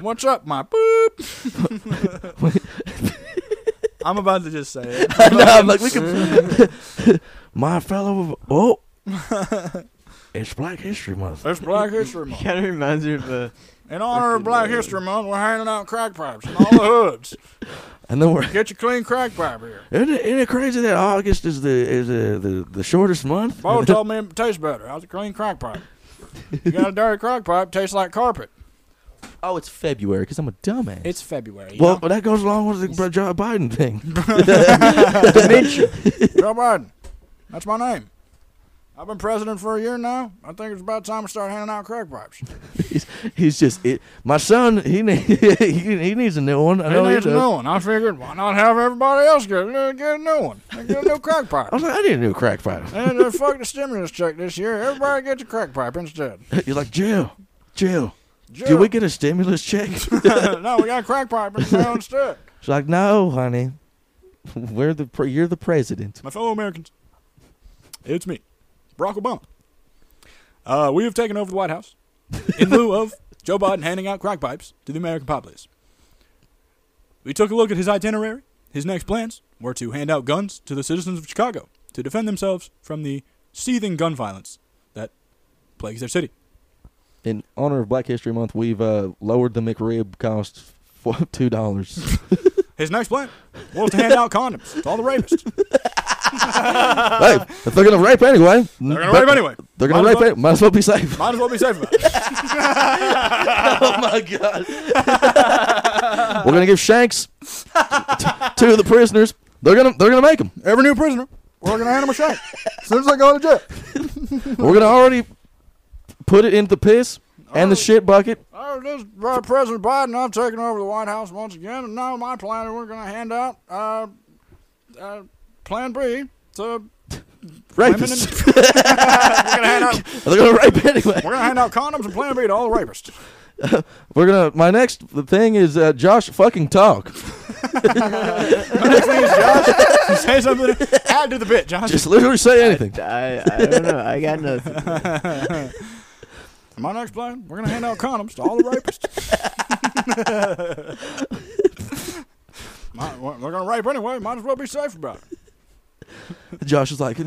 [SPEAKER 1] what's up, my boop? I'm about to just say it.
[SPEAKER 2] I know, I'm like, we can. my fellow. Oh. it's Black History Month.
[SPEAKER 1] It's Black History Month.
[SPEAKER 3] kind of reminds me of the.
[SPEAKER 1] In honor of Black History Month, we're handing out crack pipes in all the hoods.
[SPEAKER 2] And then we're.
[SPEAKER 1] Get your clean crack pipe here.
[SPEAKER 2] Isn't it, isn't it crazy that August is the is the, the, the shortest month?
[SPEAKER 1] Bo told me it tastes better. I was a clean crock pipe. You got a dirty crock pipe, tastes like carpet.
[SPEAKER 2] Oh, it's February because I'm a dumbass.
[SPEAKER 1] It's February.
[SPEAKER 2] well, but that goes along with the Br- Joe Biden thing.
[SPEAKER 1] dementia. Joe Biden. That's my name. I've been president for a year now. I think it's about time I start handing out crack pipes.
[SPEAKER 2] he's, he's just it. My son, he need, he, he needs a new one. I
[SPEAKER 1] He
[SPEAKER 2] know he
[SPEAKER 1] needs a
[SPEAKER 2] does.
[SPEAKER 1] new one. I figured, why not have everybody else get, a- get a new one? They Get a new crack pipe.
[SPEAKER 2] I was like, I need a new crack pipe.
[SPEAKER 1] And uh, fuck the stimulus check this year. Everybody gets a crack pipe instead.
[SPEAKER 2] You're like, Jill, Jill,
[SPEAKER 1] Jill-
[SPEAKER 2] did we get a stimulus check? She's
[SPEAKER 1] no, we got a crack pipe instead.
[SPEAKER 2] like, no, honey. We're the pre- you're the president.
[SPEAKER 1] my fellow Americans, it's me, Barack Obama. Uh, we have taken over the White House in lieu of Joe Biden handing out crack pipes to the American populace. We took a look at his itinerary. His next plans were to hand out guns to the citizens of Chicago to defend themselves from the seething gun violence that plagues their city.
[SPEAKER 2] In honor of Black History Month, we've uh, lowered the McRib cost for two dollars.
[SPEAKER 1] His next plan was to hand out condoms to all the rapists.
[SPEAKER 2] hey, if they're gonna rape anyway,
[SPEAKER 1] They're going to rape anyway.
[SPEAKER 2] They're gonna
[SPEAKER 1] Might as
[SPEAKER 2] rape
[SPEAKER 1] well-
[SPEAKER 2] it. Might as well be safe.
[SPEAKER 1] Might as well be safe about it.
[SPEAKER 2] oh my god. We're gonna give shanks to, to the prisoners. They're gonna they're gonna make them.
[SPEAKER 1] Every new prisoner, we're going to hand him a shank as soon as they go to jail.
[SPEAKER 2] We're gonna already put it into the piss and the shit bucket.
[SPEAKER 1] Oh, this is, uh, President Biden, I've taken over the White House once again, and now my plan is we're going to hand out uh, uh, Plan B to women. And,
[SPEAKER 2] Rapists.
[SPEAKER 1] we're going to hand out
[SPEAKER 2] They're gonna rape anyway.
[SPEAKER 1] we're going to hand out condoms and Plan B to all the rapists.
[SPEAKER 2] We're gonna. My next thing is uh, Josh fucking talk.
[SPEAKER 1] Next thing is Josh, say something. Add to the bit, Josh.
[SPEAKER 2] Just literally say anything.
[SPEAKER 4] I, I don't know. I got nothing.
[SPEAKER 1] my next plan, we're going to hand out condoms to all the rapists. My, well, they're going to rape anyway. Might as well be safe about it.
[SPEAKER 2] Josh is like,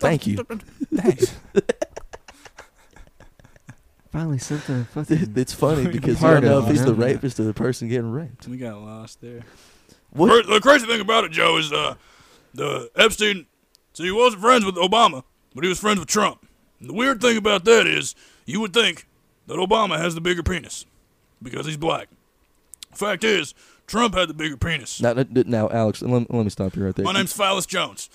[SPEAKER 2] thank you.
[SPEAKER 1] Thanks.
[SPEAKER 3] Finally, something. Fucking
[SPEAKER 2] It's funny because you
[SPEAKER 3] Part
[SPEAKER 2] don't know
[SPEAKER 3] of
[SPEAKER 2] if he's
[SPEAKER 3] it.
[SPEAKER 2] the rapist or the person getting raped.
[SPEAKER 1] We got lost there.
[SPEAKER 2] What?
[SPEAKER 5] Cra- the crazy thing about it, Joe, is uh, the Epstein. So he wasn't friends with Obama, but he was friends with Trump. And the weird thing about that is, you would think that Obama has the bigger penis because he's black. Fact is, Trump had the bigger penis.
[SPEAKER 2] Now, now Alex, let, let me stop you right there.
[SPEAKER 5] My name's Phallus Jones.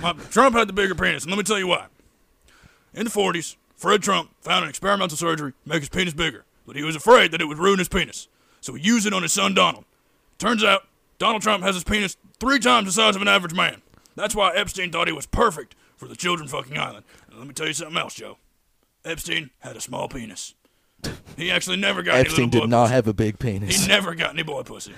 [SPEAKER 5] My, Trump had the bigger penis, and let me tell you why. In the 40s, Fred Trump found an experimental surgery to make his penis bigger. but he was afraid that it would ruin his penis, so he used it on his son Donald. Turns out, Donald Trump has his penis three times the size of an average man. That's why Epstein thought he was perfect for the children fucking island. And let me tell you something else, Joe. Epstein had a small penis. He actually never got any
[SPEAKER 2] Epstein
[SPEAKER 5] little
[SPEAKER 2] did
[SPEAKER 5] boy
[SPEAKER 2] not have a big penis.
[SPEAKER 5] He never got any boy pussy.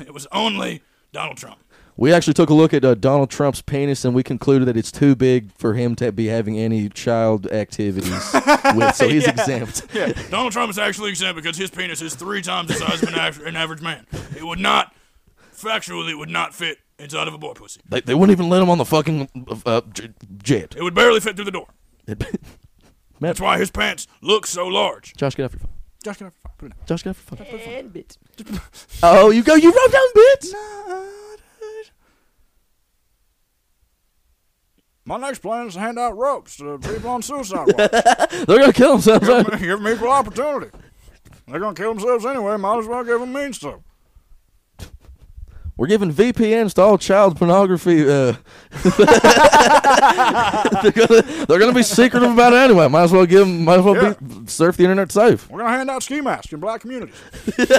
[SPEAKER 5] It was only Donald Trump.
[SPEAKER 2] We actually took a look at uh, Donald Trump's penis and we concluded that it's too big for him to be having any child activities with, so he's exempt.
[SPEAKER 5] Donald Trump is actually exempt because his penis is three times the size of an, aver- an average man. It would not, factually, it would not fit inside of a boy pussy.
[SPEAKER 2] They, they wouldn't even let him on the fucking uh, uh, j- jet.
[SPEAKER 5] It would barely fit through the door.
[SPEAKER 2] Matt,
[SPEAKER 5] That's why his pants look so large.
[SPEAKER 2] Josh, get off your phone.
[SPEAKER 1] Josh, get off your phone. Put it down.
[SPEAKER 2] Josh, get off your phone.
[SPEAKER 4] And bit.
[SPEAKER 2] Oh, you go. You wrote down bits.
[SPEAKER 1] My next plan is to hand out ropes to people on suicide watch.
[SPEAKER 2] They're gonna kill themselves.
[SPEAKER 1] give, me, give people opportunity. They're gonna kill themselves anyway. Might as well give them means to.
[SPEAKER 2] We're giving VPNs to all child pornography. Uh, they're, gonna, they're gonna be secretive about it anyway. Might as well give them. Might as well be, surf the internet safe.
[SPEAKER 1] We're gonna hand out ski masks in black communities. okay,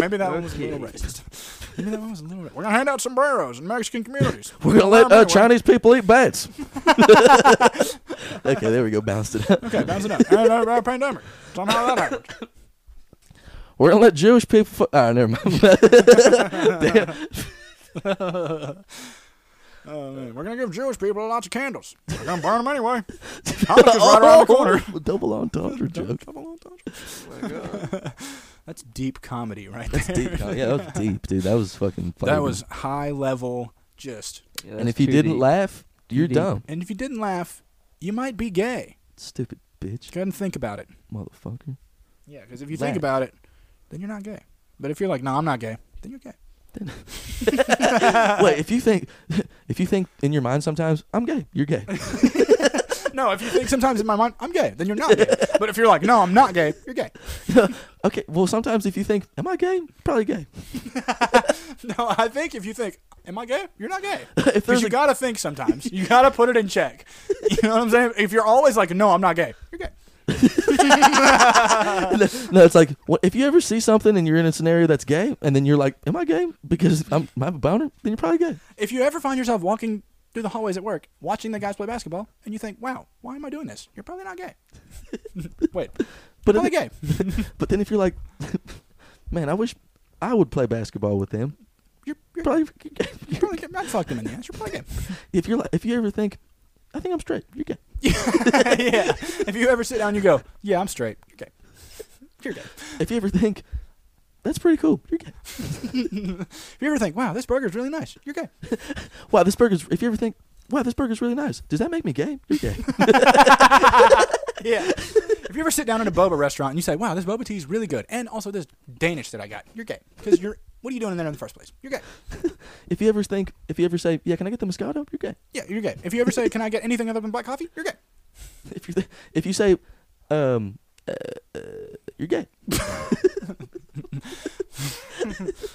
[SPEAKER 1] maybe that one was a little racist. Maybe that one was a little. Ra- We're gonna hand out sombreros in Mexican communities.
[SPEAKER 2] We're gonna let
[SPEAKER 1] Anyway,
[SPEAKER 2] uh, Chinese people eat bats. okay, there we go. Bounced it. Up.
[SPEAKER 1] Okay, bounce it up. And uh, uh, pandemic. Somehow that happened.
[SPEAKER 2] We're gonna let Jewish people. Fu- ah, never mind. Damn.
[SPEAKER 1] Uh, we're gonna give Jewish people lots of candles. We're gonna burn them anyway. Hanukkah's right around the corner.
[SPEAKER 2] Oh, Double entendre joke.
[SPEAKER 1] That's deep comedy right there.
[SPEAKER 2] Deep, con- yeah, that was deep, dude. That was fucking.
[SPEAKER 1] That
[SPEAKER 2] flavor.
[SPEAKER 1] was high level. Just
[SPEAKER 3] Yeah,
[SPEAKER 2] And
[SPEAKER 3] that's
[SPEAKER 2] if you
[SPEAKER 3] too
[SPEAKER 2] didn't
[SPEAKER 3] deep.
[SPEAKER 2] laugh, you're
[SPEAKER 3] deep.
[SPEAKER 2] dumb.
[SPEAKER 1] and if you didn't laugh, you might be gay.
[SPEAKER 2] Stupid bitch,
[SPEAKER 1] Go ahead and think about it.
[SPEAKER 2] motherfucker.
[SPEAKER 1] Yeah, because if you
[SPEAKER 2] Laugh.
[SPEAKER 1] think about it, then you're not gay. But if you're like, no, I'm not gay, then you're gay.
[SPEAKER 2] Wait, if you think, if you think in your mind sometimes, I'm gay. You're gay.
[SPEAKER 1] No, if you think sometimes in my mind, I'm gay, then you're not gay. but if you're like, no, I'm not gay, you're gay.
[SPEAKER 2] okay. Well, sometimes if you think, am I gay? Probably gay.
[SPEAKER 1] No, I think if you think, am I gay? You're not gay.
[SPEAKER 2] if
[SPEAKER 1] Because
[SPEAKER 2] there's
[SPEAKER 1] you
[SPEAKER 2] a,
[SPEAKER 1] gotta think sometimes. You gotta put it in check. You know what I'm saying? If you're always like, no, I'm not gay, you're gay.
[SPEAKER 2] no, it's like what, if you ever see something and you're in a scenario that's gay, and then you're like, am I gay? Because I'm, I have a boner. Then you're probably gay.
[SPEAKER 1] If you ever find yourself walking through the hallways at work, watching the guys play basketball, and you think, wow, why am I doing this? You're probably not gay. Wait,
[SPEAKER 2] But
[SPEAKER 1] probably
[SPEAKER 2] then,
[SPEAKER 1] gay.
[SPEAKER 2] but then if you're like, man, I wish I would play basketball with them.
[SPEAKER 1] You're, you're,
[SPEAKER 2] Probably
[SPEAKER 1] you're probably gay. I'd fuck them in the ass. You're probably gay.
[SPEAKER 2] if you're like, if you ever think, I think I'm straight. You're gay.
[SPEAKER 1] yeah. If you ever sit down and you go, yeah, I'm straight, you're gay. You're gay.
[SPEAKER 2] If you ever think, that's pretty cool. You're gay.
[SPEAKER 1] If you ever think, wow, this burger's really nice, you're gay.
[SPEAKER 2] Wow, this burger's. If you ever think, wow, this burger's really nice. Does that make me gay? You're gay.
[SPEAKER 1] Yeah. if you ever sit down in a boba restaurant and you say, wow, this boba tea is really good, and also this Danish that I got, you're gay. Because you're, what are you doing in there in the first place? You're gay.
[SPEAKER 2] if you ever think, if you ever say, yeah, can I get the Moscato? You're gay.
[SPEAKER 1] Yeah, you're gay. If you ever say, can I get anything other than black coffee? You're gay.
[SPEAKER 2] If you th- if you say, um, uh, uh, you're gay.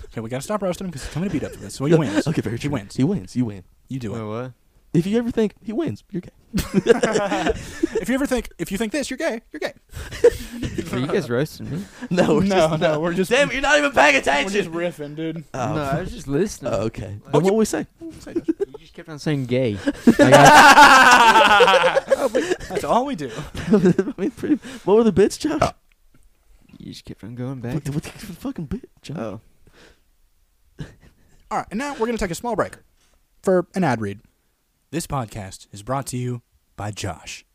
[SPEAKER 1] Okay, we gotta stop roasting him because he's coming to beat up to us. So he wins.
[SPEAKER 2] Okay, very
[SPEAKER 1] He
[SPEAKER 2] true.
[SPEAKER 1] wins.
[SPEAKER 2] He wins. You win.
[SPEAKER 1] You do it.
[SPEAKER 3] Wait, what?
[SPEAKER 2] If you ever think he wins, you're gay.
[SPEAKER 1] If you ever think, if you think this, you're gay. You're gay.
[SPEAKER 3] Are you guys roasting me?
[SPEAKER 2] No, we're just,
[SPEAKER 1] no, we're just
[SPEAKER 2] damn, it, you're not even paying
[SPEAKER 1] we're just
[SPEAKER 2] attention.
[SPEAKER 1] riffing, dude.
[SPEAKER 2] Oh,
[SPEAKER 3] No, I was just listening.
[SPEAKER 2] oh, okay. And what we say?
[SPEAKER 3] You just kept on saying gay. Like, I-
[SPEAKER 1] That's all we do.
[SPEAKER 2] I mean, pretty, what were the bits, Josh?
[SPEAKER 3] you just kept on going back.
[SPEAKER 2] What the, what the fucking bit, Josh?
[SPEAKER 3] Oh.
[SPEAKER 1] All right, and now we're going to take a small break for an ad read. This podcast is brought to you by Josh.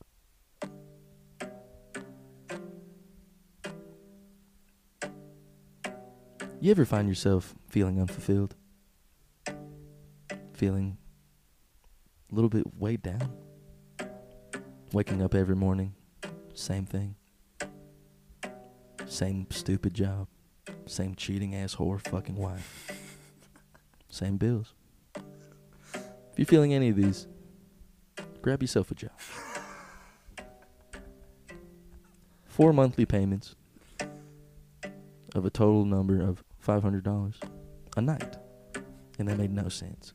[SPEAKER 2] You ever find yourself feeling unfulfilled? Feeling a little bit weighed down? Waking up every morning, same thing. Same stupid job. Same cheating ass whore fucking wife. Same bills. If you're feeling any of these, grab yourself a job. Four monthly payments of a total number of five hundred dollars a night, and that made no sense.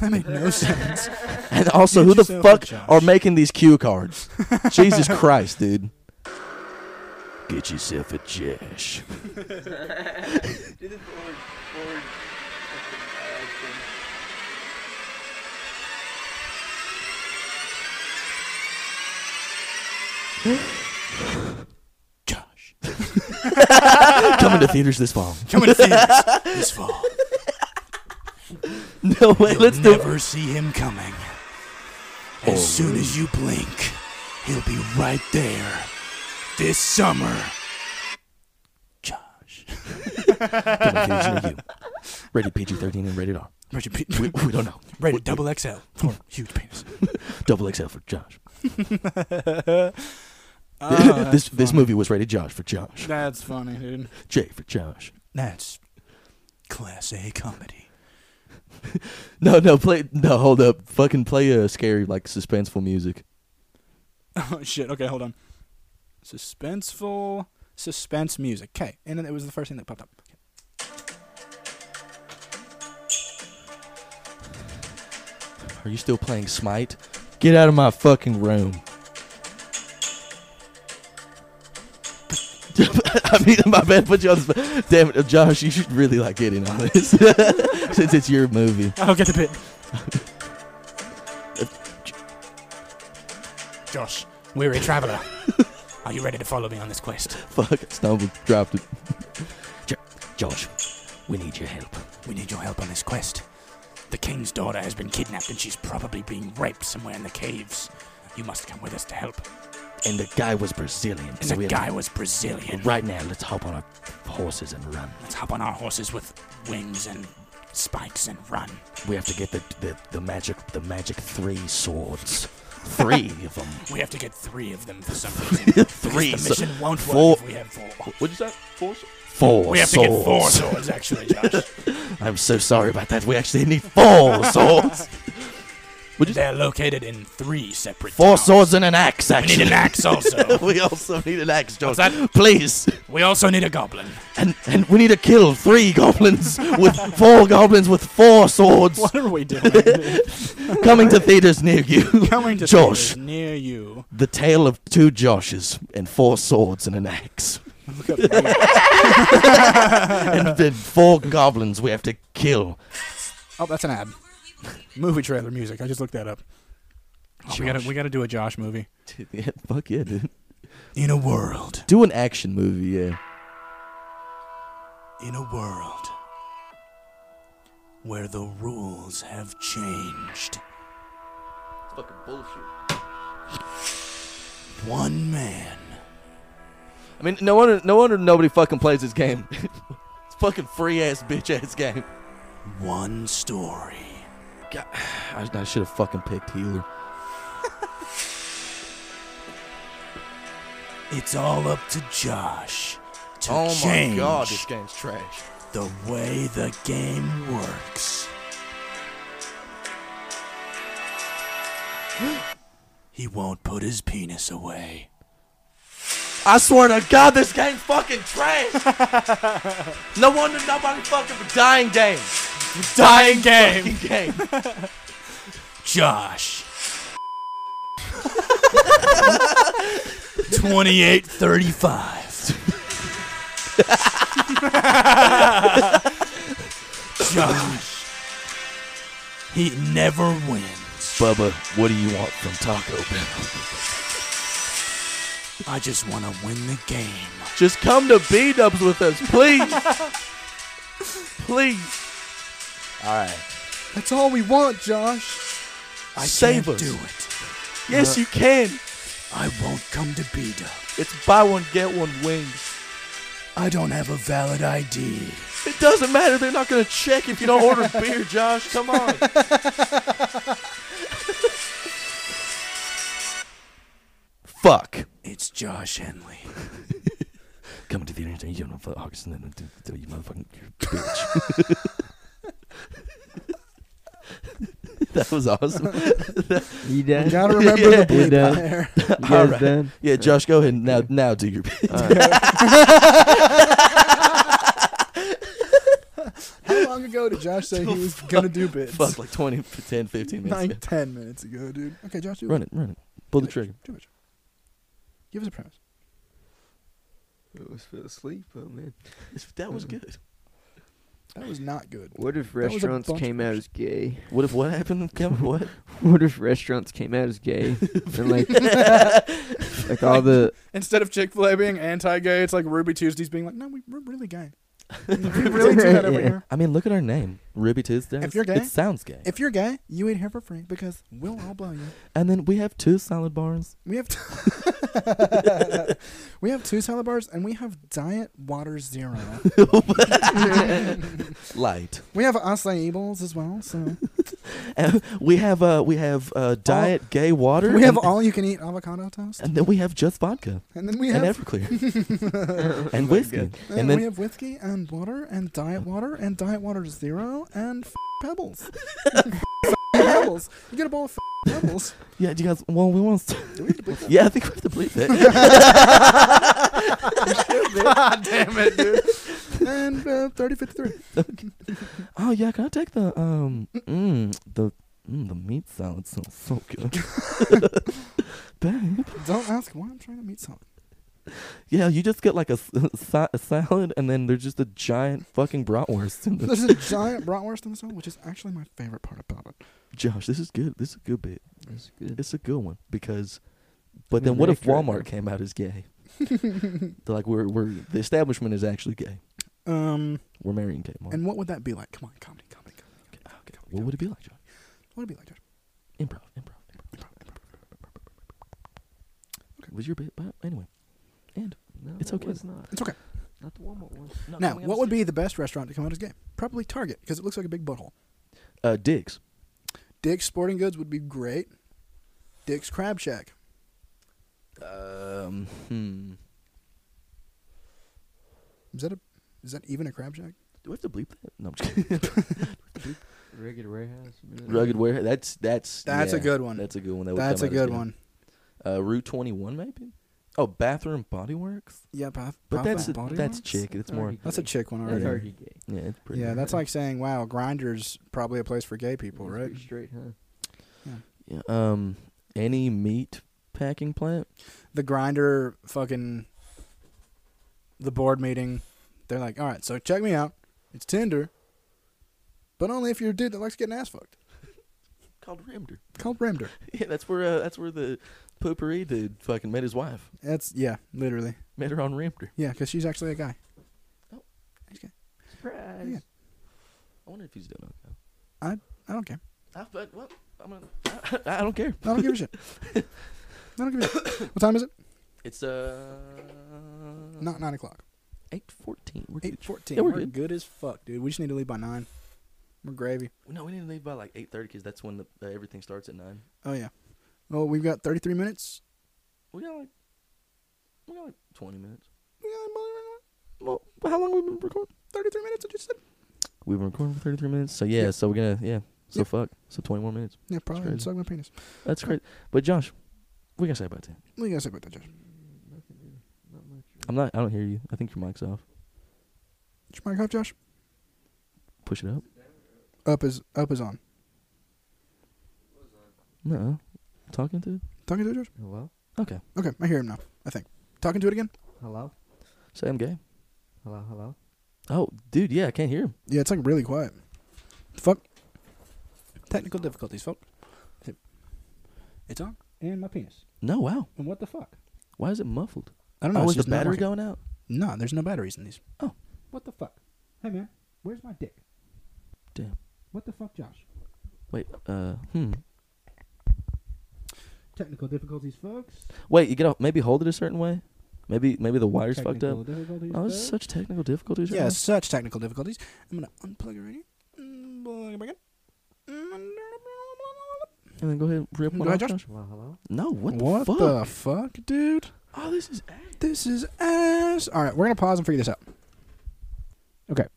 [SPEAKER 1] That made no sense.
[SPEAKER 2] And also, who
[SPEAKER 1] Get
[SPEAKER 2] the
[SPEAKER 1] yourself a
[SPEAKER 2] fuck
[SPEAKER 1] Josh.
[SPEAKER 2] are making these cue cards? Jesus Christ, dude! Get yourself a Josh. Josh. Coming to theaters this fall.
[SPEAKER 1] Coming to theaters this fall.
[SPEAKER 2] No way. Let's do it.
[SPEAKER 1] never see him coming. As soon as you blink, he'll be right there. This summer. Josh.
[SPEAKER 2] Coming to theaters near you. Rated PG-13 and rated R.
[SPEAKER 1] Rated,
[SPEAKER 2] We, we don't know.
[SPEAKER 1] rated double XL for huge penis.
[SPEAKER 2] Double XL for Josh.
[SPEAKER 1] Ah,
[SPEAKER 2] this
[SPEAKER 1] that's
[SPEAKER 2] this
[SPEAKER 1] funny.
[SPEAKER 2] movie was rated Josh for Josh.
[SPEAKER 1] That's funny, dude.
[SPEAKER 2] J for Josh.
[SPEAKER 1] That's class A comedy.
[SPEAKER 2] No, no, play. No, hold up. Fucking play a scary, like suspenseful music.
[SPEAKER 1] Oh shit. Okay, hold on. Suspenseful suspense music. Okay, and then it was the first thing that popped up.
[SPEAKER 2] Are you still playing Smite? Get out of my fucking room. I mean, my bad. Put you on. The spot. Damn it, Josh. You should really like get in on this since it's your movie.
[SPEAKER 1] I'll get the bit. Josh, weary traveler, are you ready to follow me on this quest?
[SPEAKER 2] Fuck, I stumbled, dropped it. Jo- Josh, we need your help.
[SPEAKER 1] We need your help on this quest. The king's daughter has been kidnapped and she's probably being raped somewhere in the caves. You must come with us to help.
[SPEAKER 2] And the guy was Brazilian.
[SPEAKER 1] And
[SPEAKER 2] so
[SPEAKER 1] the
[SPEAKER 2] we have-
[SPEAKER 1] guy was Brazilian.
[SPEAKER 2] Right now, let's hop on our horses and run.
[SPEAKER 1] Let's hop on our horses with wings and spikes and run.
[SPEAKER 2] We have to get the the, the magic the magic three swords. Three of them.
[SPEAKER 1] We have to get three of them for some reason. because
[SPEAKER 2] Three
[SPEAKER 1] The
[SPEAKER 2] so-
[SPEAKER 1] mission won't
[SPEAKER 2] four-
[SPEAKER 1] work if we have four.
[SPEAKER 2] What'd you say? Four Four
[SPEAKER 1] We have
[SPEAKER 2] swords.
[SPEAKER 1] to get four swords, actually, Josh.
[SPEAKER 2] I'm so sorry about that. We actually need four swords. Would you
[SPEAKER 1] They're located in three separate.
[SPEAKER 2] Four
[SPEAKER 1] towns.
[SPEAKER 2] swords and an axe,
[SPEAKER 1] We need
[SPEAKER 2] actually.
[SPEAKER 1] an axe also.
[SPEAKER 2] we also need an axe, Josh.
[SPEAKER 1] What's that?
[SPEAKER 2] Please.
[SPEAKER 1] we also need a goblin.
[SPEAKER 2] And and we need to kill three goblins with four goblins with four swords
[SPEAKER 1] are we doing?
[SPEAKER 2] coming to theaters near you.
[SPEAKER 1] Coming to
[SPEAKER 2] Josh.
[SPEAKER 1] theaters near you.
[SPEAKER 2] The tale of two Joshes and four swords and an axe. and then four goblins we have to kill.
[SPEAKER 1] Oh, that's an ad. Movie trailer music. I just looked that up. Oh, we gotta
[SPEAKER 2] Josh.
[SPEAKER 1] we gotta do a Josh movie.
[SPEAKER 2] yeah, fuck yeah, dude.
[SPEAKER 1] In a world,
[SPEAKER 2] Do an action movie, yeah.
[SPEAKER 1] in a world where the rules have changed,
[SPEAKER 2] It's fucking bullshit.
[SPEAKER 1] one man
[SPEAKER 2] I mean, no wonder, no wonder nobody fucking plays this game. it's fucking free ass bitch ass game.
[SPEAKER 1] One story.
[SPEAKER 2] I, I should have fucking picked Healer.
[SPEAKER 1] It's all up to Josh to
[SPEAKER 2] oh my
[SPEAKER 1] change
[SPEAKER 2] god, this game's trash.
[SPEAKER 1] the way the game works. he won't put his penis away.
[SPEAKER 2] I swear to God, this game's fucking trash. no wonder nobody fucking dying game. Dying game. game.
[SPEAKER 1] Josh. 2835. Josh. He never wins.
[SPEAKER 2] Bubba, what do you want from Taco Bell?
[SPEAKER 1] I just want to win the game.
[SPEAKER 2] Just come to B Dubs with us, please. please. All right.
[SPEAKER 1] That's all we want, Josh. I
[SPEAKER 2] Save
[SPEAKER 1] can't
[SPEAKER 2] us.
[SPEAKER 1] do it.
[SPEAKER 2] Yes, you can.
[SPEAKER 1] I won't come to B-Dub.
[SPEAKER 2] It's buy one get one wings.
[SPEAKER 1] I don't have a valid ID.
[SPEAKER 2] It doesn't matter. They're not gonna check if you don't order beer, Josh. Come on. Fuck.
[SPEAKER 1] It's Josh Henley.
[SPEAKER 2] Coming to the internet, you don't know August, and then you motherfucking bitch. that was awesome.
[SPEAKER 3] You done?
[SPEAKER 1] gotta
[SPEAKER 2] remember the
[SPEAKER 3] bleep Yeah.
[SPEAKER 1] there.
[SPEAKER 3] You
[SPEAKER 2] All
[SPEAKER 3] guys
[SPEAKER 2] right.
[SPEAKER 3] done?
[SPEAKER 2] Yeah, Josh, go ahead and now now do your bit.
[SPEAKER 1] How long ago did Josh say he was gonna do bits?
[SPEAKER 2] Fuck, like 20, 10, 15 minutes.
[SPEAKER 1] Nine, ten minutes ago, dude. Okay, Josh, do
[SPEAKER 2] Run it, run it. Pull the
[SPEAKER 1] Do
[SPEAKER 2] trigger.
[SPEAKER 1] it. Give us a premise.
[SPEAKER 3] It was for sleep. Oh man.
[SPEAKER 2] That was good.
[SPEAKER 1] That was not good.
[SPEAKER 4] What if
[SPEAKER 1] was a
[SPEAKER 4] restaurants
[SPEAKER 1] bunch of
[SPEAKER 4] came out as gay?
[SPEAKER 2] What if what happened? Kevin? What?
[SPEAKER 4] What if restaurants came out as gay? and like, like all the
[SPEAKER 1] Instead of Chick Fil A being anti-gay, it's like Ruby Tuesdays being like, no, we, we're really gay. we really do that over
[SPEAKER 4] Yeah.
[SPEAKER 1] here.
[SPEAKER 2] I mean, look at our name, Ribby Tuesday.
[SPEAKER 1] If you're gay-
[SPEAKER 2] it sounds gay.
[SPEAKER 1] If you're gay, you ain't here for free because we'll all blow you.
[SPEAKER 2] and then we have two salad bars.
[SPEAKER 1] We have we have two salad bars and we have Diet Water Zero.
[SPEAKER 2] Light.
[SPEAKER 1] we have acai as well. So
[SPEAKER 2] And we have uh, we have
[SPEAKER 1] Oh.
[SPEAKER 2] uh, diet gay water.
[SPEAKER 1] we have
[SPEAKER 2] and,
[SPEAKER 1] all you can eat avocado toast,
[SPEAKER 2] and then we have just vodka
[SPEAKER 1] and then we have
[SPEAKER 2] and Everclear and whiskey.
[SPEAKER 1] and Mm.
[SPEAKER 2] And then
[SPEAKER 1] we have whiskey and water and Diet Water and Diet Water Zero and f- Pebbles. F- pebbles. You get a bowl of f- Pebbles.
[SPEAKER 2] yeah, do you guys? Well, we want. To,
[SPEAKER 1] Do we have to bleep that?
[SPEAKER 2] yeah, I think we have to believe it.
[SPEAKER 1] God damn it, dude. And uh, 3053.
[SPEAKER 2] Oh yeah, can I take the um mm, the mm, the meat salad sounds so good. Babe.
[SPEAKER 1] Don't ask why I'm trying to meet someone.
[SPEAKER 2] Yeah, you just get like a, s- sa- a salad and then there's just a giant fucking bratwurst in the
[SPEAKER 1] There's a giant bratwurst in the salad, which is actually my favorite part about it.
[SPEAKER 2] Josh, this is good. This is a good bit.
[SPEAKER 4] That's good.
[SPEAKER 2] It's a good one because but
[SPEAKER 4] I'm
[SPEAKER 2] then what if
[SPEAKER 4] erect right
[SPEAKER 2] Walmart
[SPEAKER 4] now.
[SPEAKER 2] came out as gay? They're like we're we're the establishment is actually gay.
[SPEAKER 1] Um,
[SPEAKER 2] We're marrying gay. Mark.
[SPEAKER 1] and what would that be like? Come on, comedy, comedy, comedy.
[SPEAKER 2] Okay, okay. What would it be like, Josh?
[SPEAKER 1] What would it be like, Josh?
[SPEAKER 2] Improv, improv, improv, improv, improv. Okay, was your bit? But anyway,
[SPEAKER 3] No,
[SPEAKER 2] It's
[SPEAKER 3] it
[SPEAKER 2] okay.
[SPEAKER 3] was not.
[SPEAKER 1] It's okay.
[SPEAKER 3] Not the Walmart one.
[SPEAKER 1] Now, what would be the best restaurant to come out as gay? Probably Target, because it looks like a big butthole.
[SPEAKER 2] uh, Diggs.
[SPEAKER 1] Dick's Sporting Goods would be great. Dick's Crab Shack.
[SPEAKER 2] Um, hmm.
[SPEAKER 1] Is that a? Is that even a crab shack?
[SPEAKER 2] Do I have to bleep that? No, I'm just kidding.
[SPEAKER 3] Rugged warehouse.
[SPEAKER 2] Rugged Warehouse. That's that's
[SPEAKER 1] That's a
[SPEAKER 2] yeah,
[SPEAKER 1] good one.
[SPEAKER 2] That's a good one. That would
[SPEAKER 1] That's
[SPEAKER 2] come
[SPEAKER 1] a
[SPEAKER 2] out as
[SPEAKER 1] good
[SPEAKER 2] gay.
[SPEAKER 1] one.
[SPEAKER 2] Uh, Route 21, maybe. Oh, Bathroom Body Works.
[SPEAKER 1] Yeah, Bath.
[SPEAKER 2] But
[SPEAKER 1] Bath
[SPEAKER 2] that's
[SPEAKER 1] and
[SPEAKER 2] a,
[SPEAKER 1] Body
[SPEAKER 2] that's
[SPEAKER 1] Works?
[SPEAKER 2] chick. It's more.
[SPEAKER 3] Already
[SPEAKER 1] That's a
[SPEAKER 3] gay.
[SPEAKER 1] chick one
[SPEAKER 3] That's
[SPEAKER 1] already.
[SPEAKER 3] already gay.
[SPEAKER 2] Yeah, it's pretty.
[SPEAKER 1] Yeah, that's like saying, "Wow, Grinders probably a place for gay people,
[SPEAKER 3] That's
[SPEAKER 1] right?"
[SPEAKER 3] pretty Straight, huh?
[SPEAKER 2] Yeah, um, any meat packing plant.
[SPEAKER 1] the grinder fucking the board meeting they're like all right so check me out it's tinder but only if you're a dude that likes getting ass fucked
[SPEAKER 2] Called Ramder.
[SPEAKER 1] called ramder
[SPEAKER 2] Yeah, that's where uh, that's where the poopery dude fucking met his wife.
[SPEAKER 1] that's yeah literally
[SPEAKER 2] Met her on Ramder.
[SPEAKER 1] yeah because she's actually a guy
[SPEAKER 3] Surprise.
[SPEAKER 1] Yeah.
[SPEAKER 2] I wonder if he's doing okay.
[SPEAKER 1] i don't care
[SPEAKER 2] I, but well, I'm gonna, I, I don't care.
[SPEAKER 1] i don't give a shit i don't give a shit what time is it
[SPEAKER 2] It's uh
[SPEAKER 1] not 9 o'clock
[SPEAKER 2] eight fourteen. We're good.
[SPEAKER 1] 8.14
[SPEAKER 2] Yeah,
[SPEAKER 1] we're,
[SPEAKER 2] we're
[SPEAKER 1] good.
[SPEAKER 2] good.
[SPEAKER 1] as fuck dude we just need to leave by 9 we're gravy
[SPEAKER 2] No, we need to leave by like eight thirty because that's when the, uh, everything starts at nine.
[SPEAKER 1] oh yeah well we've got 33 minutes
[SPEAKER 2] We got like we got like twenty minutes. Well, how long have we been recording?
[SPEAKER 1] 33 minutes i just said
[SPEAKER 2] We've been recording for thirty three minutes. So yeah,
[SPEAKER 1] Yep.
[SPEAKER 2] so we're gonna yeah. So
[SPEAKER 1] Yep.
[SPEAKER 2] fuck. So twenty more minutes.
[SPEAKER 1] yeah probably
[SPEAKER 2] crazy.
[SPEAKER 1] suck my penis
[SPEAKER 2] That's great. But Josh, what you gotta say about that?
[SPEAKER 1] what do you guys say about that josh
[SPEAKER 3] Nothing really. Not much.
[SPEAKER 2] I'm not. I don't hear you. I think your mic's off.
[SPEAKER 1] Is your mic off josh
[SPEAKER 2] Push it up.
[SPEAKER 1] up is up is on
[SPEAKER 2] No. Talking to.
[SPEAKER 1] talking to it josh
[SPEAKER 3] Hello?
[SPEAKER 2] Okay.
[SPEAKER 1] Okay, I hear him now. I think. Talking to it again?
[SPEAKER 3] Hello?
[SPEAKER 2] Say I'm gay.
[SPEAKER 3] Hello? Hello?
[SPEAKER 2] Oh, dude. Yeah, I can't hear him.
[SPEAKER 1] Yeah, it's like really quiet. Fuck. Technical difficulties, folks. It's on. And my penis.
[SPEAKER 2] No. Wow.
[SPEAKER 1] And what the fuck?
[SPEAKER 2] Why is it muffled?
[SPEAKER 1] I don't know.
[SPEAKER 2] Oh,
[SPEAKER 1] it's
[SPEAKER 2] is the
[SPEAKER 1] just not
[SPEAKER 2] battery
[SPEAKER 1] working.
[SPEAKER 2] going out?
[SPEAKER 1] No, there's no batteries in these.
[SPEAKER 2] Oh.
[SPEAKER 1] What the fuck? Hey man, where's my dick?
[SPEAKER 2] Damn.
[SPEAKER 1] What the fuck, Josh?
[SPEAKER 2] Wait. Uh. Hmm.
[SPEAKER 1] Technical difficulties, folks.
[SPEAKER 2] Wait. You gotta maybe hold it a certain way. Maybe maybe the wire's fucked up. Oh, it's such technical difficulties. Right
[SPEAKER 1] Yeah, such technical difficulties. I'm gonna unplug it right here. Plug it back in.
[SPEAKER 2] now. And then go ahead and rip
[SPEAKER 1] Go
[SPEAKER 2] one
[SPEAKER 1] ahead,
[SPEAKER 2] off,
[SPEAKER 1] Josh.
[SPEAKER 2] Josh.
[SPEAKER 3] Hello? Hello?
[SPEAKER 2] No. What the
[SPEAKER 1] what
[SPEAKER 2] fuck?
[SPEAKER 1] the fuck, dude?
[SPEAKER 2] Oh, this is.
[SPEAKER 1] This is ass. All right, we're gonna pause and figure this out.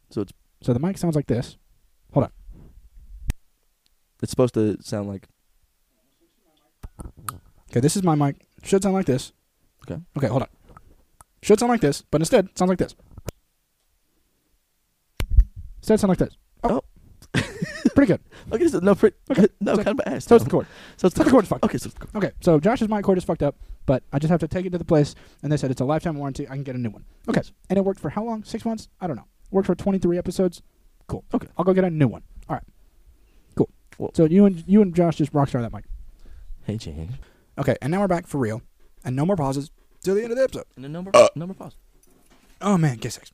[SPEAKER 2] So it's
[SPEAKER 1] So the mic sounds like this.
[SPEAKER 2] it's supposed to sound like
[SPEAKER 1] Okay, this is my mic. Should sound like this.
[SPEAKER 2] Okay.
[SPEAKER 1] Okay, hold on. Should sound like this, but instead it sounds like
[SPEAKER 2] Oh.
[SPEAKER 1] this. Instead, it sound like this. Oh. Pretty good.
[SPEAKER 2] Okay, so no, pre-
[SPEAKER 1] Okay,
[SPEAKER 2] no,
[SPEAKER 1] so-
[SPEAKER 2] kind of ass.
[SPEAKER 1] So it's the court.
[SPEAKER 2] So it's
[SPEAKER 1] So the court's fucked.
[SPEAKER 2] Okay, so it's the court.
[SPEAKER 1] Okay, so Josh's mic cord is fucked up, but I just have to take it to the place, and they said it's a lifetime warranty. I can get a new one. Okay, and it worked for how long? Six months? I don't know. Worked for 23 episodes. Cool.
[SPEAKER 2] Okay.
[SPEAKER 1] I'll go get a new one. All right. Cool.
[SPEAKER 2] Well-
[SPEAKER 1] so you and you and Josh just rockstar that mic.
[SPEAKER 2] Hey, James.
[SPEAKER 1] Okay, and now we're back for real, and no more pauses till the end of the episode.
[SPEAKER 2] And a number,
[SPEAKER 1] Uh.
[SPEAKER 2] number pause.
[SPEAKER 1] Oh man, guess six.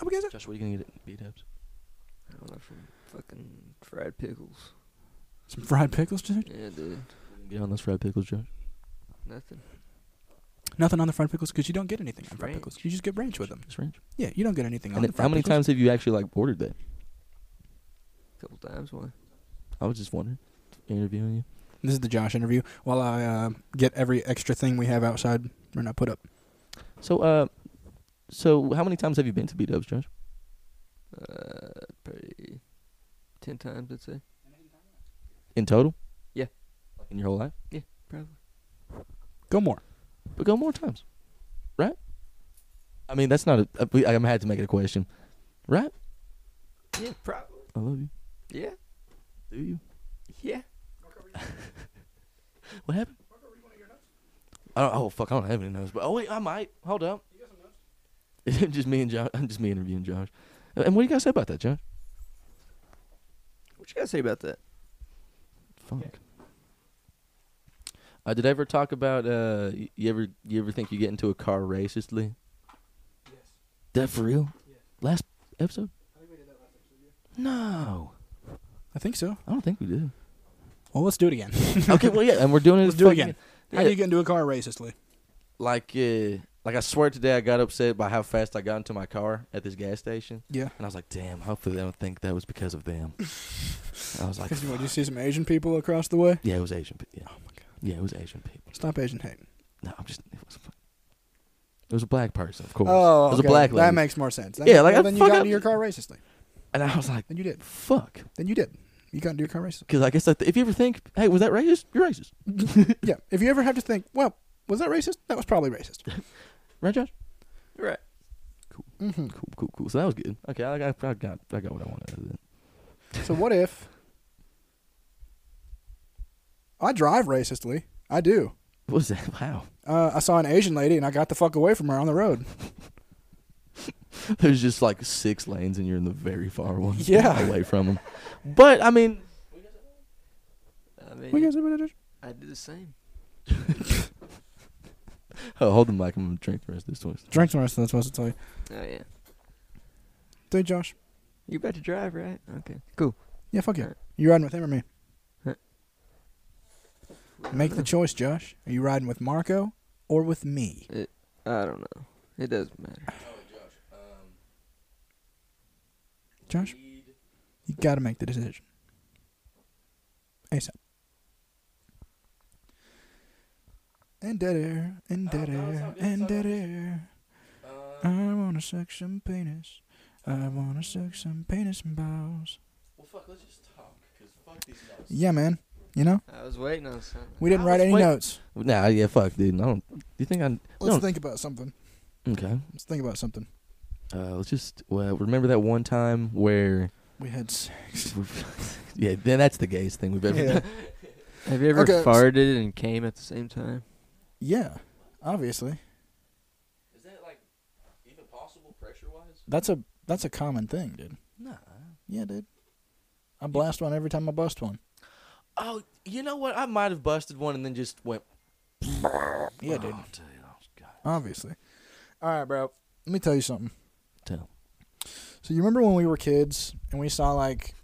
[SPEAKER 1] Oh, guess six.
[SPEAKER 2] Josh, what are you gonna get at B Dubs?
[SPEAKER 4] I want some fucking fried pickles.
[SPEAKER 1] Some fried pickles, dude.
[SPEAKER 4] Yeah, dude.
[SPEAKER 2] Get on those fried pickles, Josh.
[SPEAKER 4] Nothing.
[SPEAKER 1] Nothing on the fried pickles because you don't get anything on fried
[SPEAKER 4] Ranch.
[SPEAKER 1] pickles. You just get ranch with them.
[SPEAKER 2] It's ranch.
[SPEAKER 1] Yeah, you don't get anything on
[SPEAKER 2] And
[SPEAKER 1] the
[SPEAKER 2] then,
[SPEAKER 1] fried
[SPEAKER 2] how many
[SPEAKER 1] pickles.
[SPEAKER 2] times have you actually like ordered that?
[SPEAKER 4] couple times. Why?
[SPEAKER 2] I was just wondering. Interviewing you.
[SPEAKER 1] This is the Josh interview. While I uh, get every extra thing we have outside and I put up.
[SPEAKER 2] So, uh, so how many times have you been to B Dubs, Josh?
[SPEAKER 4] Uh, probably ten times, I'd say.
[SPEAKER 2] In total?
[SPEAKER 4] Yeah.
[SPEAKER 2] Like in your whole life?
[SPEAKER 4] Probably.
[SPEAKER 1] Go more.
[SPEAKER 2] But go more times, right? I mean, that's not a. uh, we- I had to make it a question, right?
[SPEAKER 4] Yeah, probably.
[SPEAKER 2] I love you.
[SPEAKER 4] Yeah,
[SPEAKER 2] Do you?
[SPEAKER 4] yeah.
[SPEAKER 2] What happened? I don't, oh fuck! I don't have any notes. But oh wait, I might. Hold up. just me and Josh. Just me interviewing Josh. Uh, And what do you guys say about that, Josh?
[SPEAKER 4] What you gotta say about that?
[SPEAKER 2] Fuck. Uh, did I ever talk about uh, y- you ever you ever think you get into a car racistly? Yes. That for real? Last episode? I think we did that last episode. No,
[SPEAKER 1] I think so.
[SPEAKER 2] I don't think we did.
[SPEAKER 1] Well, let's do it again.
[SPEAKER 2] okay, well yeah, and we're doing it.
[SPEAKER 1] Let's
[SPEAKER 2] as
[SPEAKER 1] do it
[SPEAKER 2] fucking-
[SPEAKER 1] again. How do you get into a car racistly?
[SPEAKER 2] Like uh, like I swear today I got upset by how fast I got into my car at this gas station,
[SPEAKER 1] Yeah.
[SPEAKER 2] and I was like, damn, hopefully they don't think that was because of them. I was like,
[SPEAKER 1] Because
[SPEAKER 2] fuck.
[SPEAKER 1] you see some Asian people across the way?
[SPEAKER 2] yeah, it was Asian. pe- Yeah. Oh my god. Yeah, it was Asian people.
[SPEAKER 1] Stop Asian hating.
[SPEAKER 2] No, I'm just. It was. a- It was a black person, of course.
[SPEAKER 1] Oh,
[SPEAKER 2] it was a black lady.
[SPEAKER 1] That makes more sense. That
[SPEAKER 2] Yeah,
[SPEAKER 1] makes-
[SPEAKER 2] like,
[SPEAKER 1] well,
[SPEAKER 2] I
[SPEAKER 1] then you
[SPEAKER 2] fuck
[SPEAKER 1] got
[SPEAKER 2] up-
[SPEAKER 1] into your car racistly.
[SPEAKER 2] and I was like,
[SPEAKER 1] Then you did.
[SPEAKER 2] "Fuck,"
[SPEAKER 1] Then you did. You got into your car racistly.
[SPEAKER 2] because I guess that if you ever think, "Hey, was that racist?" You're racist,
[SPEAKER 1] yeah. If you ever have to think, well, was that racist? That was probably racist.
[SPEAKER 2] right, Josh?
[SPEAKER 4] Right.
[SPEAKER 1] hmm
[SPEAKER 2] Mm, Cool, cool, cool. So that was good. Okay, I got, I got, I got what I wanted. out of that.
[SPEAKER 1] So what if I drive racistly? I do.
[SPEAKER 2] What was that? Wow.
[SPEAKER 1] Uh, I saw an Asian lady and I got the fuck away from her on the road.
[SPEAKER 2] There's just like six lanes, and you're in the very far one.
[SPEAKER 1] Yeah.
[SPEAKER 2] away from them. But I mean,
[SPEAKER 4] I mean,
[SPEAKER 1] We guys ever did it?
[SPEAKER 4] I did the same.
[SPEAKER 2] oh, hold the mic. I'm gonna drink the rest of this one.
[SPEAKER 1] Drink some rest. That's supposed to tell you.
[SPEAKER 4] Oh yeah.
[SPEAKER 1] Dude, Josh.
[SPEAKER 4] You about to drive, right? Okay.
[SPEAKER 1] Yeah, fuck yeah.
[SPEAKER 4] Alright.
[SPEAKER 1] You riding with him or me?
[SPEAKER 4] Well,
[SPEAKER 1] Make the choice, Josh. Are you riding with Marco or with me?
[SPEAKER 4] I don't know. It doesn't matter.
[SPEAKER 1] Josh, you got to make the decision. ASAP. And dead air,
[SPEAKER 2] Uh,
[SPEAKER 1] and dead air, and dead air. I wanna suck some penis. I wanna suck some penis and balls.
[SPEAKER 2] Well, fuck. Let's just talk. Cause fuck these notes.
[SPEAKER 1] Yeah, man. You know,
[SPEAKER 4] I was waiting on something.
[SPEAKER 1] we didn't
[SPEAKER 2] I
[SPEAKER 1] write
[SPEAKER 2] was
[SPEAKER 1] any
[SPEAKER 2] wait-
[SPEAKER 1] notes.
[SPEAKER 2] Nah, yeah, fuck, dude. I don't. Do you think I?
[SPEAKER 1] Let's
[SPEAKER 2] No.
[SPEAKER 1] think about something.
[SPEAKER 2] Okay.
[SPEAKER 1] Let's think about something.
[SPEAKER 2] Uh, let's just well, remember that one time where
[SPEAKER 1] We had sex.
[SPEAKER 2] yeah, then that's the gayest thing we've ever
[SPEAKER 1] Yeah.
[SPEAKER 2] done.
[SPEAKER 4] Have you ever
[SPEAKER 1] Okay, s-
[SPEAKER 4] farted and came at the same time?
[SPEAKER 1] Yeah, obviously.
[SPEAKER 2] Is that like even possible pressure wise?
[SPEAKER 1] That's a that's a common thing, dude.
[SPEAKER 2] Nah.
[SPEAKER 1] Yeah, dude. I blast one every time I bust one.
[SPEAKER 2] Oh, you know what? I might have busted one and then just went.
[SPEAKER 1] Yeah, dude.
[SPEAKER 2] Oh, dude, oh, God.
[SPEAKER 1] Obviously. All right, bro. Let me tell you something.
[SPEAKER 2] Tell.
[SPEAKER 1] So you remember when we were kids and we saw like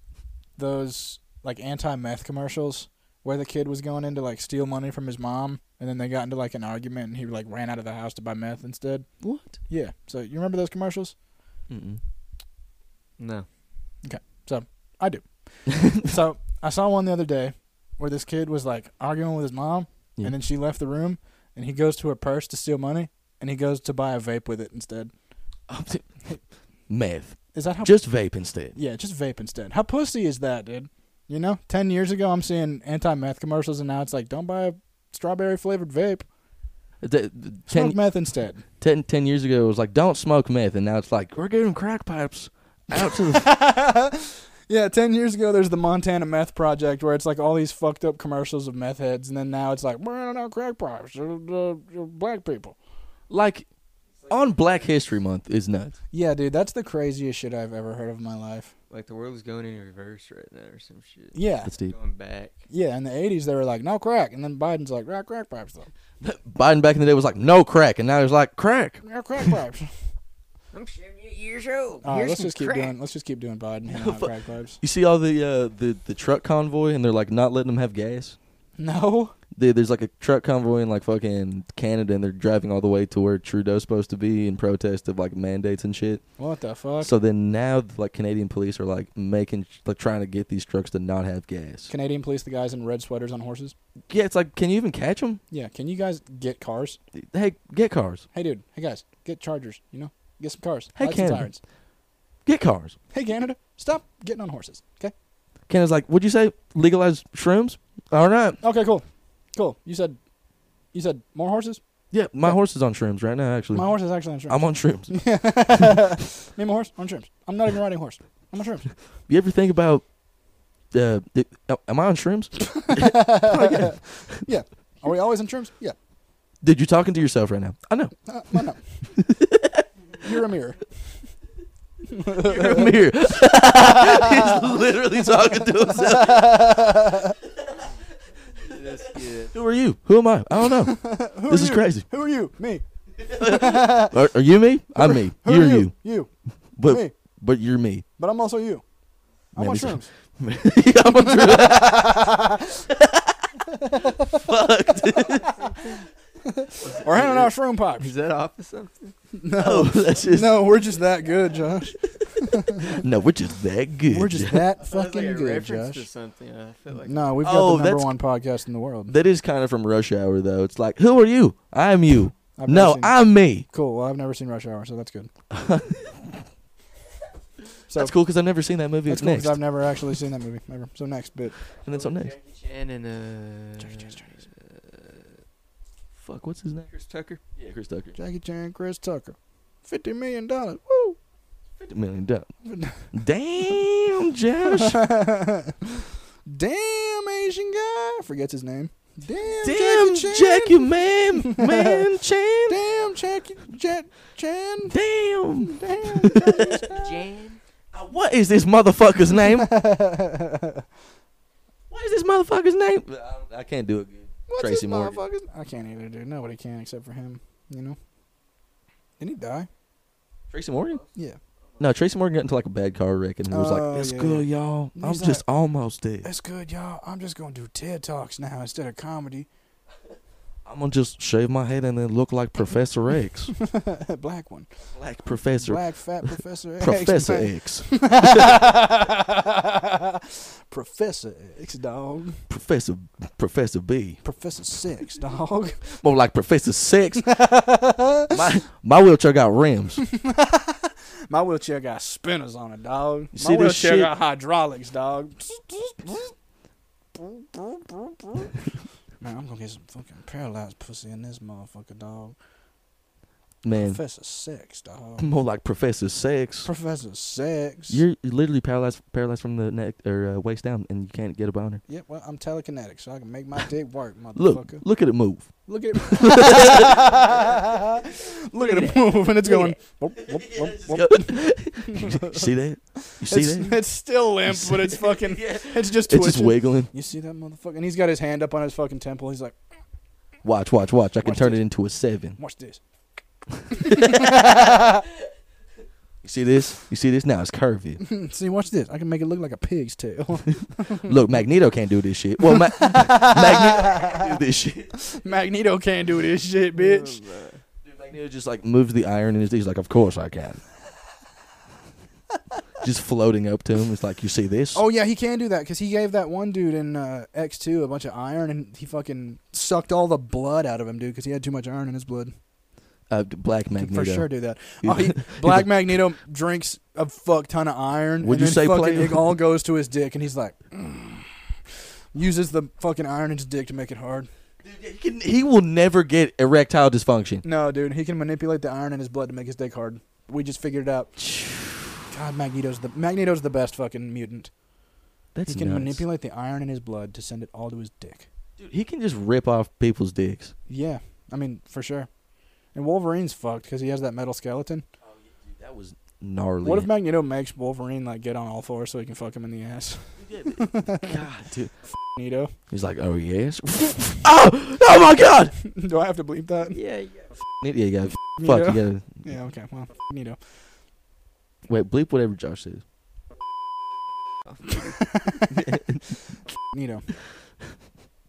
[SPEAKER 1] those like anti-meth commercials where the kid was going in to like steal money from his mom and then they got into like an argument and he like ran out of the house to buy meth instead?
[SPEAKER 2] What?
[SPEAKER 1] Yeah. So you remember those commercials?
[SPEAKER 2] Mm-mm.
[SPEAKER 4] No.
[SPEAKER 1] so I saw one the other day where this kid was like arguing with his mom,
[SPEAKER 2] Yeah.
[SPEAKER 1] and then she left the room, and he goes to her purse to steal money, and he goes to buy a vape with it instead.
[SPEAKER 2] Oh, dude. Meth.
[SPEAKER 1] Is that how?
[SPEAKER 2] Just vape instead.
[SPEAKER 1] yeah, just vape instead. How pussy is that, dude? You know, ten years ago I'm seeing anti-meth commercials, and now it's like, don't buy a strawberry flavored vape.
[SPEAKER 2] Th- th-
[SPEAKER 1] Smoke
[SPEAKER 2] Ten,
[SPEAKER 1] meth instead.
[SPEAKER 2] ten, ten years ago, it was like, don't smoke meth. And now it's like, we're giving crack pipes out to the.
[SPEAKER 1] Yeah, ten years ago, there's the Montana Meth Project, where it's like all these fucked up commercials of meth heads, and then now it's like, we're not crack pipes, uh, uh, uh, black people.
[SPEAKER 2] Like, on Black History Month is nuts.
[SPEAKER 1] Yeah, dude, that's the craziest shit I've ever heard of in my life.
[SPEAKER 4] Like the world is going in reverse right now or some shit.
[SPEAKER 1] Yeah,
[SPEAKER 2] That's deep.
[SPEAKER 4] Going back.
[SPEAKER 1] yeah. In the '80s, they were like, no crack, and then Biden's like, rock crack pipes though,
[SPEAKER 2] Biden back in the day was like, no crack, and now he's like, crack.
[SPEAKER 1] rock crack pipes.
[SPEAKER 6] I'm 78 years old.
[SPEAKER 1] All right,
[SPEAKER 6] Here's
[SPEAKER 1] let's
[SPEAKER 6] some
[SPEAKER 1] just keep
[SPEAKER 6] crack.
[SPEAKER 1] doing. Let's just keep doing Biden. handing out crack pipes.
[SPEAKER 2] You see all the uh, the the truck convoy, and they're like not letting them have gas.
[SPEAKER 1] No.
[SPEAKER 2] There- There's like a truck convoy in like fucking Canada, and they're driving all the way to where Trudeau's supposed to be in protest of like mandates and shit.
[SPEAKER 1] What the fuck?
[SPEAKER 2] So then now, like Canadian police are like making, like trying to get these trucks to not have gas.
[SPEAKER 1] Canadian police, the guys in red sweaters on horses.
[SPEAKER 2] Yeah, it's like, can you even catch them?
[SPEAKER 1] Yeah, can you guys get cars?
[SPEAKER 2] Hey, get cars,
[SPEAKER 1] Hey, dude. Hey, guys, get chargers. You know, get some cars.
[SPEAKER 2] Hey,
[SPEAKER 1] lights and
[SPEAKER 2] Canada.
[SPEAKER 1] sirens.
[SPEAKER 2] get cars.
[SPEAKER 1] Hey, Canada, stop getting on horses. Okay.
[SPEAKER 2] Canada's like, what'd you say? Legalize shrooms? All right.
[SPEAKER 1] Okay. Cool. Cool. You said. You said more horses.
[SPEAKER 2] Yeah, my horse is on shrooms right now. Actually,
[SPEAKER 1] My horse is actually on shrooms.
[SPEAKER 2] I'm on shrooms.
[SPEAKER 1] Me and my horse on shrooms. I'm not even riding a horse. I'm on shrooms.
[SPEAKER 2] You ever think about? Uh, it, am I on shrooms?
[SPEAKER 1] Yeah. Are we always on shrooms? Yeah.
[SPEAKER 2] Did you talking to yourself right now? I know.
[SPEAKER 1] Uh, why not? You're a mirror.
[SPEAKER 2] You're a mirror. He's literally talking to himself. Who are you? Who am I? I don't know.
[SPEAKER 1] Who
[SPEAKER 2] this
[SPEAKER 1] are
[SPEAKER 2] is
[SPEAKER 1] you?
[SPEAKER 2] crazy.
[SPEAKER 1] Who are you? Me.
[SPEAKER 2] Are, are you me? I'm me.
[SPEAKER 1] Who
[SPEAKER 2] you're
[SPEAKER 1] are
[SPEAKER 2] you.
[SPEAKER 1] you? You.
[SPEAKER 2] But
[SPEAKER 1] Me.
[SPEAKER 2] but you're me.
[SPEAKER 1] But I'm also you. I'm on
[SPEAKER 2] Man, this-
[SPEAKER 1] shrooms.
[SPEAKER 2] I'm on shrooms. Fuck, dude.
[SPEAKER 1] Or handing out shroom pipes.
[SPEAKER 4] Is that off of something? Oh,
[SPEAKER 2] No, that's just no.
[SPEAKER 1] No, we're just that good, Josh.
[SPEAKER 2] We're just that good.
[SPEAKER 1] We're just that
[SPEAKER 4] That was like
[SPEAKER 1] fucking
[SPEAKER 4] a
[SPEAKER 1] good,
[SPEAKER 4] reference to
[SPEAKER 1] Josh.
[SPEAKER 4] something. I feel like
[SPEAKER 1] No, we've got
[SPEAKER 2] Oh,
[SPEAKER 1] the number
[SPEAKER 2] that's-
[SPEAKER 1] one podcast in the world.
[SPEAKER 2] That is kind of from Rush Hour though. It's like, who are you? I'm you.
[SPEAKER 1] I've never
[SPEAKER 2] no,
[SPEAKER 1] seen-
[SPEAKER 2] I'm me.
[SPEAKER 1] Cool. Well, I've never seen Rush Hour, so that's good. so
[SPEAKER 2] That's cool because I've never seen that movie.
[SPEAKER 1] That's
[SPEAKER 2] It's
[SPEAKER 1] cool
[SPEAKER 2] next,
[SPEAKER 1] because I've never actually seen that movie ever. So next bit.
[SPEAKER 2] and then so next.
[SPEAKER 4] Chan and uh,
[SPEAKER 1] Jackie Chan's Chinese.
[SPEAKER 2] Fuck, what's his name?
[SPEAKER 4] Chris Tucker.
[SPEAKER 2] Yeah, Chris Tucker.
[SPEAKER 1] Jackie Chan, Chris Tucker, fifty million dollars. Woo!
[SPEAKER 2] Fifty million dollars. Damn, Josh.
[SPEAKER 1] Damn Asian guy forgets his name. Damn,
[SPEAKER 2] Damn,
[SPEAKER 1] Jackie Chan.
[SPEAKER 2] Jackie, man, man, Chan.
[SPEAKER 1] Damn Jackie Jet Chan.
[SPEAKER 2] Damn.
[SPEAKER 1] Damn.
[SPEAKER 6] Jan.
[SPEAKER 2] Uh, What is this motherfucker's name? What is this motherfucker's name? I can't do it. Good.
[SPEAKER 1] What's
[SPEAKER 2] Tracy
[SPEAKER 1] this
[SPEAKER 2] Morgan.
[SPEAKER 1] motherfucker's? I can't either, dude. Nobody can except for him. You know. Didn't he die?
[SPEAKER 2] Tracy Morgan?
[SPEAKER 1] Yeah.
[SPEAKER 2] No, Tracy Morgan got into like a bad car wreck and he was
[SPEAKER 1] Oh,
[SPEAKER 2] like, "It's
[SPEAKER 1] yeah,
[SPEAKER 2] good, y'all.
[SPEAKER 1] He's
[SPEAKER 2] I'm
[SPEAKER 1] like-
[SPEAKER 2] just almost dead.
[SPEAKER 1] That's good, y'all. I'm just gonna do TED talks now instead of comedy.
[SPEAKER 2] I'm gonna just shave my head and then look like Professor X,
[SPEAKER 1] Black one.
[SPEAKER 2] like Professor
[SPEAKER 1] Black fat Professor X.
[SPEAKER 2] Professor
[SPEAKER 1] man.
[SPEAKER 2] X,
[SPEAKER 1] Professor X, dog.
[SPEAKER 2] Professor Professor B,
[SPEAKER 1] Professor Six, dog.
[SPEAKER 2] more like Professor Six. my my wheelchair got rims.
[SPEAKER 1] My wheelchair got spinners on it, dog. My
[SPEAKER 2] see this
[SPEAKER 1] wheelchair
[SPEAKER 2] shit?
[SPEAKER 1] got hydraulics, dog. Man, I'm gonna get some fucking paralyzed pussy in this motherfucker, dog.
[SPEAKER 2] Man,
[SPEAKER 1] Professor Six, dog.
[SPEAKER 2] more like Professor Sex.
[SPEAKER 1] Professor Six.
[SPEAKER 2] You're literally paralyzed paralyzed from the neck or uh, waist down, and you can't get a boner.
[SPEAKER 1] yeah, well, I'm telekinetic, so I can make my dick work,
[SPEAKER 2] Look,
[SPEAKER 1] motherfucker.
[SPEAKER 2] look at it move.
[SPEAKER 1] Look at it. Look at it move, and it's going. whoop, whoop, whoop, whoop.
[SPEAKER 2] You see that? You see
[SPEAKER 1] It's,
[SPEAKER 2] that?
[SPEAKER 1] it's still limp, but it's fucking. It's just
[SPEAKER 2] It's
[SPEAKER 1] twitching.
[SPEAKER 2] just wiggling.
[SPEAKER 1] You see that motherfucker? And he's got his hand up on his fucking temple. He's like,
[SPEAKER 2] Watch, watch, watch. I can
[SPEAKER 1] Watch
[SPEAKER 2] turn
[SPEAKER 1] this.
[SPEAKER 2] it into a seven.
[SPEAKER 1] watch this.
[SPEAKER 2] You see this? You see this? Now it's curvy.
[SPEAKER 1] see, watch this. I can make it look like a pig's tail.
[SPEAKER 2] Look, Magneto can't do this shit. Well, Ma- Magneto can't do this shit.
[SPEAKER 1] Magneto can't do this shit, bitch.
[SPEAKER 2] Dude, Magneto just like moves the iron and he's like, "Of course I can." just floating up to him, it's like, "You see this?"
[SPEAKER 1] Oh yeah, he can do that because he gave that one dude in uh, X two a bunch of iron, and he fucking sucked all the blood out of him, dude, because he had too much iron in his blood.
[SPEAKER 2] Uh, Black
[SPEAKER 1] Can
[SPEAKER 2] Magneto.
[SPEAKER 1] for sure do that.
[SPEAKER 2] He's
[SPEAKER 1] Oh, he-
[SPEAKER 2] like-
[SPEAKER 1] Black Magneto drinks a fuck ton of iron.
[SPEAKER 2] Would
[SPEAKER 1] and
[SPEAKER 2] you
[SPEAKER 1] then
[SPEAKER 2] say
[SPEAKER 1] fucking
[SPEAKER 2] play-
[SPEAKER 1] It all goes to his dick, and he's like, "Mm." uses the fucking iron in his dick to make it hard.
[SPEAKER 2] He, can- he will never get erectile dysfunction.
[SPEAKER 1] No, dude, he can manipulate the iron in his blood to make his dick hard. We just figured it out. God, Magneto's the Magneto's the best fucking mutant.
[SPEAKER 2] That's
[SPEAKER 1] he can
[SPEAKER 2] nuts.
[SPEAKER 1] manipulate the iron in his blood to send it all to his dick.
[SPEAKER 2] Dude, he can just rip off people's dicks.
[SPEAKER 1] Yeah, I mean for sure. And Wolverine's fucked because he has that metal skeleton.
[SPEAKER 2] That was gnarly.
[SPEAKER 1] What if Magneto makes Wolverine like get on all fours so he can fuck him in the ass?
[SPEAKER 2] God, dude.
[SPEAKER 1] Magneto,
[SPEAKER 2] He's like, oh yes. oh, oh my God.
[SPEAKER 1] do I have to bleep that?
[SPEAKER 4] Yeah, yeah.
[SPEAKER 2] Yeah, you gotta, fuck,
[SPEAKER 1] Magneto?
[SPEAKER 2] you gotta.
[SPEAKER 1] Yeah. Okay. Well, Magneto.
[SPEAKER 2] Wait, bleep whatever Josh says.
[SPEAKER 1] Magneto.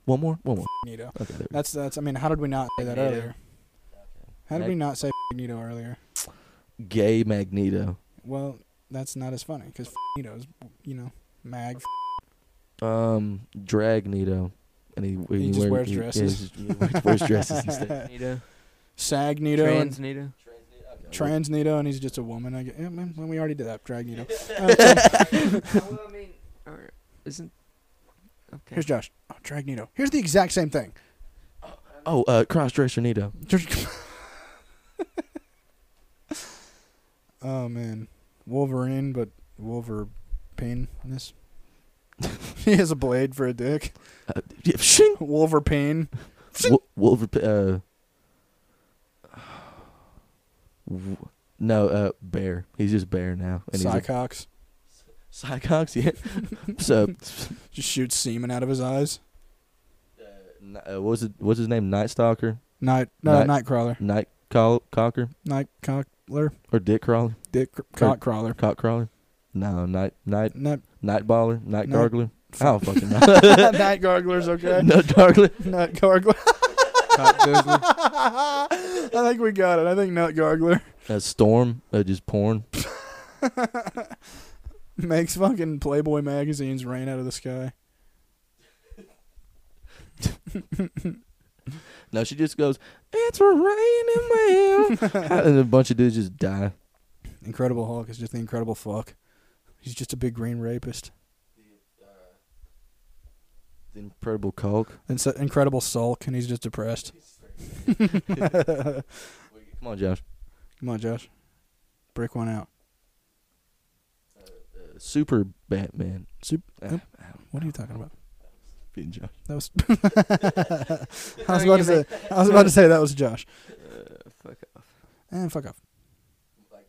[SPEAKER 2] One more, one more.
[SPEAKER 1] Magneto.
[SPEAKER 2] Okay, there. we go.
[SPEAKER 1] That's that's. I mean, how did we not say that
[SPEAKER 4] Magneto.
[SPEAKER 1] earlier? How did we not say Magneto earlier?
[SPEAKER 2] Gay Magneto.
[SPEAKER 1] Well, that's not as funny because Magneto is, you know, mag.
[SPEAKER 2] Um, Dragnito. And he,
[SPEAKER 1] He just
[SPEAKER 2] wear-
[SPEAKER 1] wears
[SPEAKER 2] he- yeah,
[SPEAKER 1] dresses.
[SPEAKER 2] he just wears- wears dresses instead.
[SPEAKER 4] Nita.
[SPEAKER 1] Sagnito and
[SPEAKER 4] Trans Nita.
[SPEAKER 1] Transnito, and he's just a woman. I guess. Yeah, man, well, we already did that. Dragnito.
[SPEAKER 4] well, I mean, or isn't
[SPEAKER 1] Here's Josh. Oh, Dragnito. Here's the exact same thing.
[SPEAKER 2] Oh, uh, crossdresser Nito.
[SPEAKER 1] oh man, Wolverine, but Wolverine. This. he has a blade for a dick.
[SPEAKER 2] Uh, yeah, shing.
[SPEAKER 1] Wolverine.
[SPEAKER 2] Wo- Wolver- uh, w- no, uh, bear. He's just bear now. And he's a-
[SPEAKER 1] Psychox.
[SPEAKER 2] Psychox, yeah. so,
[SPEAKER 1] Just shoots semen out of his eyes.
[SPEAKER 2] n- uh, what was it? What's his name? Night Stalker,
[SPEAKER 1] Night. No,
[SPEAKER 2] Night-
[SPEAKER 1] Nightcrawler.
[SPEAKER 2] Night Call- Cocker,
[SPEAKER 1] Night cockler.
[SPEAKER 2] or Dick Crawler,
[SPEAKER 1] Dick cr- cock crawler.
[SPEAKER 2] Cock Crawler? No, Night Night
[SPEAKER 1] Nut.
[SPEAKER 2] Night Baller, Night
[SPEAKER 1] Night-
[SPEAKER 2] Gargler. I don't fucking know.
[SPEAKER 1] Night gargler's okay.
[SPEAKER 2] Nut Gargler.
[SPEAKER 1] Nut gargler.
[SPEAKER 3] Cock doodler.
[SPEAKER 1] I think we got it. I think nut gargler
[SPEAKER 2] Uh, Storm, uh, just porn.
[SPEAKER 1] makes fucking Playboy magazines rain out of the sky.
[SPEAKER 2] No, she just goes, "It's raining man," and a bunch of dudes just die.
[SPEAKER 1] Incredible Hulk is just the incredible fuck. He's just a big green rapist.
[SPEAKER 2] Incredible Coke.
[SPEAKER 1] And so, incredible sulk, and he's just depressed.
[SPEAKER 2] Come on, Josh.
[SPEAKER 1] Come on, Josh. Break one out.
[SPEAKER 2] Uh, Super Batman.
[SPEAKER 1] Sup-
[SPEAKER 2] Uh,
[SPEAKER 1] What are you talking about?
[SPEAKER 2] being Josh.
[SPEAKER 1] That was. I was about to say. I was about to say that was Josh.
[SPEAKER 4] Uh, fuck off.
[SPEAKER 1] And fuck off.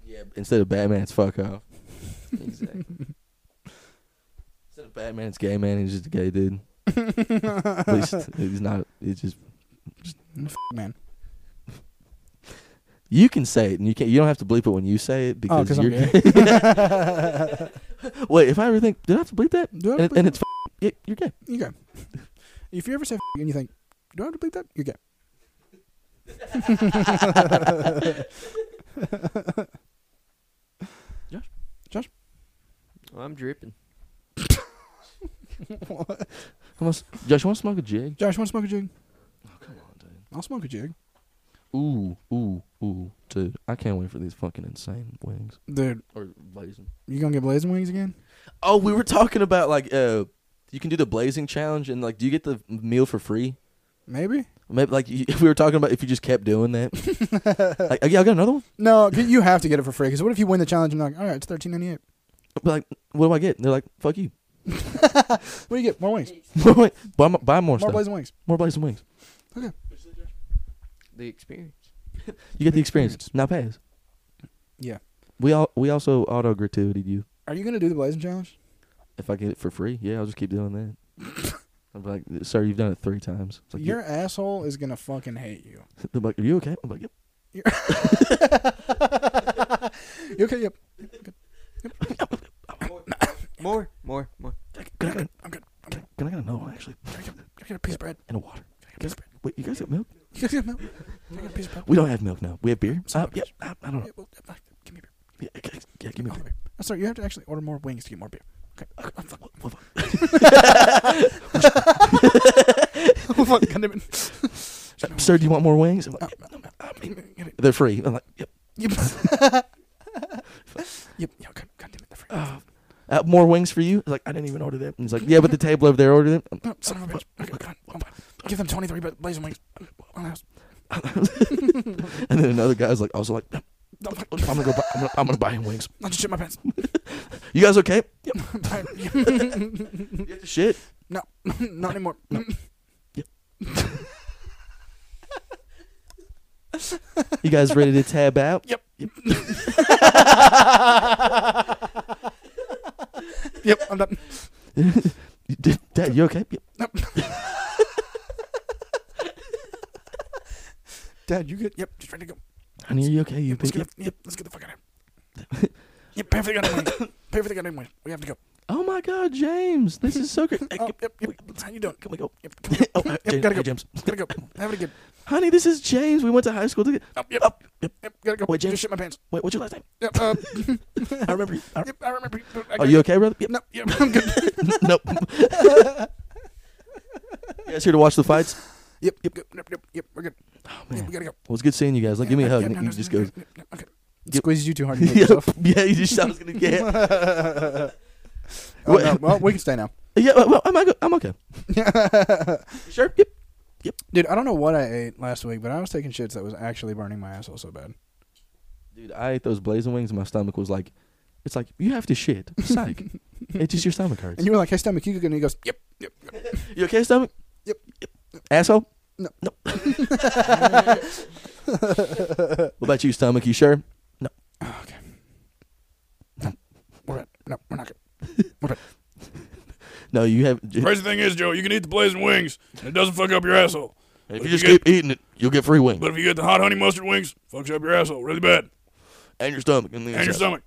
[SPEAKER 2] Yeah, instead of Batman, it's fuck off.
[SPEAKER 4] Exactly.
[SPEAKER 2] Instead of Batman, it's gay man. He's just a gay dude. At least he's not. It's just
[SPEAKER 1] F- man.
[SPEAKER 2] you can say it, and you can not You don't have to bleep it when you say it
[SPEAKER 1] Oh, because
[SPEAKER 2] because
[SPEAKER 1] I'm
[SPEAKER 2] you're.
[SPEAKER 1] gay.
[SPEAKER 2] Wait, if I ever think, did I have to bleep that?
[SPEAKER 1] Do I
[SPEAKER 2] And,
[SPEAKER 1] have to
[SPEAKER 2] and
[SPEAKER 1] bleep
[SPEAKER 2] it's f- yeah, you're gay.
[SPEAKER 1] that? You're gay. If you ever say f- and you think, do I have to bleep that? You're gay.
[SPEAKER 4] Well, I'm dripping.
[SPEAKER 2] Come on, s- Josh. You want to smoke a jig? Oh,
[SPEAKER 1] Josh, want to smoke a jig?
[SPEAKER 2] Come on, dude.
[SPEAKER 1] I'll smoke a jig.
[SPEAKER 2] Ooh, ooh, ooh, dude. I can't wait for these fucking insane wings
[SPEAKER 1] Dude,
[SPEAKER 2] or blazing.
[SPEAKER 1] you gonna get blazing wings again?
[SPEAKER 2] Oh, we were talking about like uh, you can do the blazing challenge and like, do you get the meal for free?
[SPEAKER 1] Maybe.
[SPEAKER 2] Maybe like you, if we were talking about if you just kept doing that. like, oh, yeah, I got another one.
[SPEAKER 1] No, 'cause you have to get it for free. Because what if you win the challenge and they're like, all right, it's thirteen ninety eight.
[SPEAKER 2] But like, what do I get? And they're like, fuck you.
[SPEAKER 1] What do you get? More wings.
[SPEAKER 2] buy, mo- buy more,
[SPEAKER 1] More
[SPEAKER 2] stuff.
[SPEAKER 1] blazing wings.
[SPEAKER 2] more blazing wings.
[SPEAKER 4] The experience.
[SPEAKER 2] You get the experience. Now pass.
[SPEAKER 1] Yeah.
[SPEAKER 2] We all we also auto gratuited you.
[SPEAKER 1] Are you gonna do the blazing challenge?
[SPEAKER 2] If I get it for free, yeah, I'll just keep doing that. I'm like, sir, you've done it three times. It's like,
[SPEAKER 1] Your asshole is gonna fucking hate you.
[SPEAKER 2] yeah. They're like, are you okay? I'm like, yep.
[SPEAKER 1] You okay? Yep.
[SPEAKER 4] More, more, more.
[SPEAKER 2] Can I, get, can I- can I get another one actually?
[SPEAKER 1] I got a piece of bread.
[SPEAKER 2] And a water. Guys- Wait, you guys have milk?
[SPEAKER 1] You got milk? I got a piece of bread.
[SPEAKER 2] We don't have milk now. We have beer.
[SPEAKER 1] Sorry,
[SPEAKER 2] Uh, yeah, I, I don't know.
[SPEAKER 1] Yeah, well, uh, Give me a beer.
[SPEAKER 2] Yeah, okay, yeah, give me
[SPEAKER 1] Oh,
[SPEAKER 2] a beer.
[SPEAKER 1] beer. I'm sorry, you have to actually order more wings to get more beer. Oh, fuck, God damn it.
[SPEAKER 2] Uh, Sir, do you want more wings? I'm like,
[SPEAKER 1] Oh,
[SPEAKER 2] "Yeah,
[SPEAKER 1] no, no,
[SPEAKER 2] I mean,
[SPEAKER 1] give me- give me-
[SPEAKER 2] they're free. I'm like, yep.
[SPEAKER 1] Yep. Yep. Yeah, God God damn it. they're free.
[SPEAKER 2] uh, uh, more wings for you? I was like, I didn't even order them. And he's like, yeah, but the table over there ordered them. I'm-
[SPEAKER 1] Oh, son of a bitch.
[SPEAKER 2] uh,
[SPEAKER 1] Okay, come on. Give them Uh, 23 blazing wings. Oh, that was-
[SPEAKER 2] And then another guy's like, also like,
[SPEAKER 1] Oh my-
[SPEAKER 2] I'm gonna go. Buy, I'm, gonna, I'm gonna buy him wings.
[SPEAKER 1] I just shit my pants.
[SPEAKER 2] You guys okay? Yep. you have to shit.
[SPEAKER 1] No, not anymore.
[SPEAKER 2] You guys ready to tab out?
[SPEAKER 1] Yep. Yep, I'm done.
[SPEAKER 2] You did- Dad, you okay? Yep.
[SPEAKER 1] Dad, you good? Yep, just ready to go.
[SPEAKER 2] Honey, are you okay? You
[SPEAKER 1] Let's
[SPEAKER 2] big?
[SPEAKER 1] get,
[SPEAKER 2] Yep.
[SPEAKER 1] the, yep, let's get the fuck out of here. yep, pay for the goddamn money. Pay for the goddamn money. We have to go.
[SPEAKER 2] Oh my God, James, this is so great. Hey,
[SPEAKER 1] Oh,
[SPEAKER 2] yep.
[SPEAKER 1] yep, yep. How you doing?
[SPEAKER 2] Can we go?
[SPEAKER 1] Yep, come on.
[SPEAKER 2] Oh, uh, James,
[SPEAKER 1] gotta
[SPEAKER 2] hey,
[SPEAKER 1] go.
[SPEAKER 2] James.
[SPEAKER 1] gotta go. Have it again.
[SPEAKER 2] Honey, this is James. We went to high school together.
[SPEAKER 1] Oh, yep,
[SPEAKER 2] Oh, yep.
[SPEAKER 1] yep, gotta go.
[SPEAKER 2] Wait, James.
[SPEAKER 1] Just shit my pants.
[SPEAKER 2] Wait, what's your last name?
[SPEAKER 1] Yep, uh,
[SPEAKER 2] I remember you. I-
[SPEAKER 1] yep, I remember. I
[SPEAKER 2] Are
[SPEAKER 1] gotta
[SPEAKER 2] you
[SPEAKER 1] go.
[SPEAKER 2] okay, brother? Yep.
[SPEAKER 1] No, yep, I'm good.
[SPEAKER 2] nope. you guys here to watch the fights?
[SPEAKER 1] Yep, yep, yep, yep, yep, yep, we're good.
[SPEAKER 2] Oh,
[SPEAKER 1] Yep,
[SPEAKER 2] man.
[SPEAKER 1] we gotta go.
[SPEAKER 2] Well, it's good seeing you guys. Like, give me a
[SPEAKER 1] Yeah,
[SPEAKER 2] hug.
[SPEAKER 1] yeah,
[SPEAKER 2] and
[SPEAKER 1] no,
[SPEAKER 2] you
[SPEAKER 1] no,
[SPEAKER 2] just
[SPEAKER 1] no,
[SPEAKER 2] go.
[SPEAKER 1] no, no, no, okay.
[SPEAKER 2] Yep.
[SPEAKER 1] Squeezes you too hard.
[SPEAKER 2] Yep. Yeah, you just. I was gonna get.
[SPEAKER 1] Oh, no. Well, we can stay now.
[SPEAKER 2] Yeah, well, I'm, I'm okay. Sure. Yep.
[SPEAKER 1] Dude, I don't know what I ate last week, but I was taking shits that was actually burning my asshole so bad.
[SPEAKER 2] Dude, I ate those blazing wings, and my stomach was like, it's like you have to shit. Psych. it's just your stomach hurts.
[SPEAKER 1] And you were like, "Hey, stomach, you good?" And he goes, "Yep, yep, yep."
[SPEAKER 2] You okay, stomach?
[SPEAKER 1] Yep.
[SPEAKER 2] Asshole.
[SPEAKER 1] No.
[SPEAKER 2] No. what about you, stomach? You sure?
[SPEAKER 1] Oh, We're good. No, we're not good.
[SPEAKER 2] No, you have.
[SPEAKER 5] Crazy thing is, Joe, you can eat the blazing wings, and it doesn't fuck up your asshole.
[SPEAKER 2] If
[SPEAKER 5] you
[SPEAKER 2] you just
[SPEAKER 5] get-
[SPEAKER 2] keep eating it, you'll get free wings
[SPEAKER 5] But if you get the hot honey mustard wings, fucks up your asshole really bad,
[SPEAKER 2] and your stomach and, the
[SPEAKER 5] and
[SPEAKER 2] inside.
[SPEAKER 5] your stomach.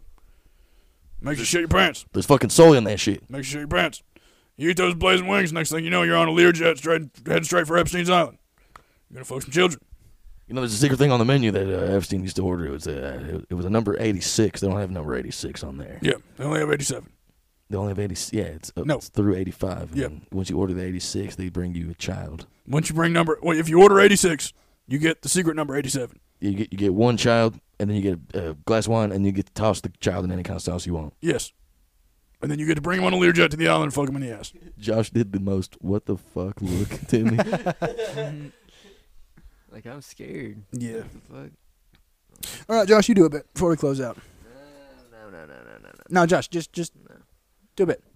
[SPEAKER 5] Makes you shit your pants.
[SPEAKER 2] There's fucking soy in that shit.
[SPEAKER 5] Makes you shit your pants. You eat those blazing wings, next thing you know, you're on a Learjet straight, heading straight for Epstein's Island. You're gonna fuck some children.
[SPEAKER 2] You know, there's a secret thing on the menu that uh, Epstein used to order. It was uh, it was a number 86. They don't have number 86 on there.
[SPEAKER 5] Yeah, they only have 87.
[SPEAKER 2] They only have 80. Yeah, it's up
[SPEAKER 5] No.
[SPEAKER 2] through 85. and
[SPEAKER 5] Yeah.
[SPEAKER 2] Once you order the 86, they bring you a child.
[SPEAKER 5] Once you bring number, well, if you order 86, you get the secret number 87.
[SPEAKER 2] You get you get one child, and then you get a, a glass of wine, and you get to toss the child in any kind of sauce you want.
[SPEAKER 5] Yes. And then you get to bring him on a Learjet to the island and fuck him in the ass.
[SPEAKER 2] Josh did the most what the fuck look to me.
[SPEAKER 4] Like I'm scared.
[SPEAKER 1] Yeah.
[SPEAKER 4] What the fuck?
[SPEAKER 1] All right, Josh, you do a bit before we close out.
[SPEAKER 4] No, no, no, no, no, no.
[SPEAKER 1] No, Josh, just just do a bit.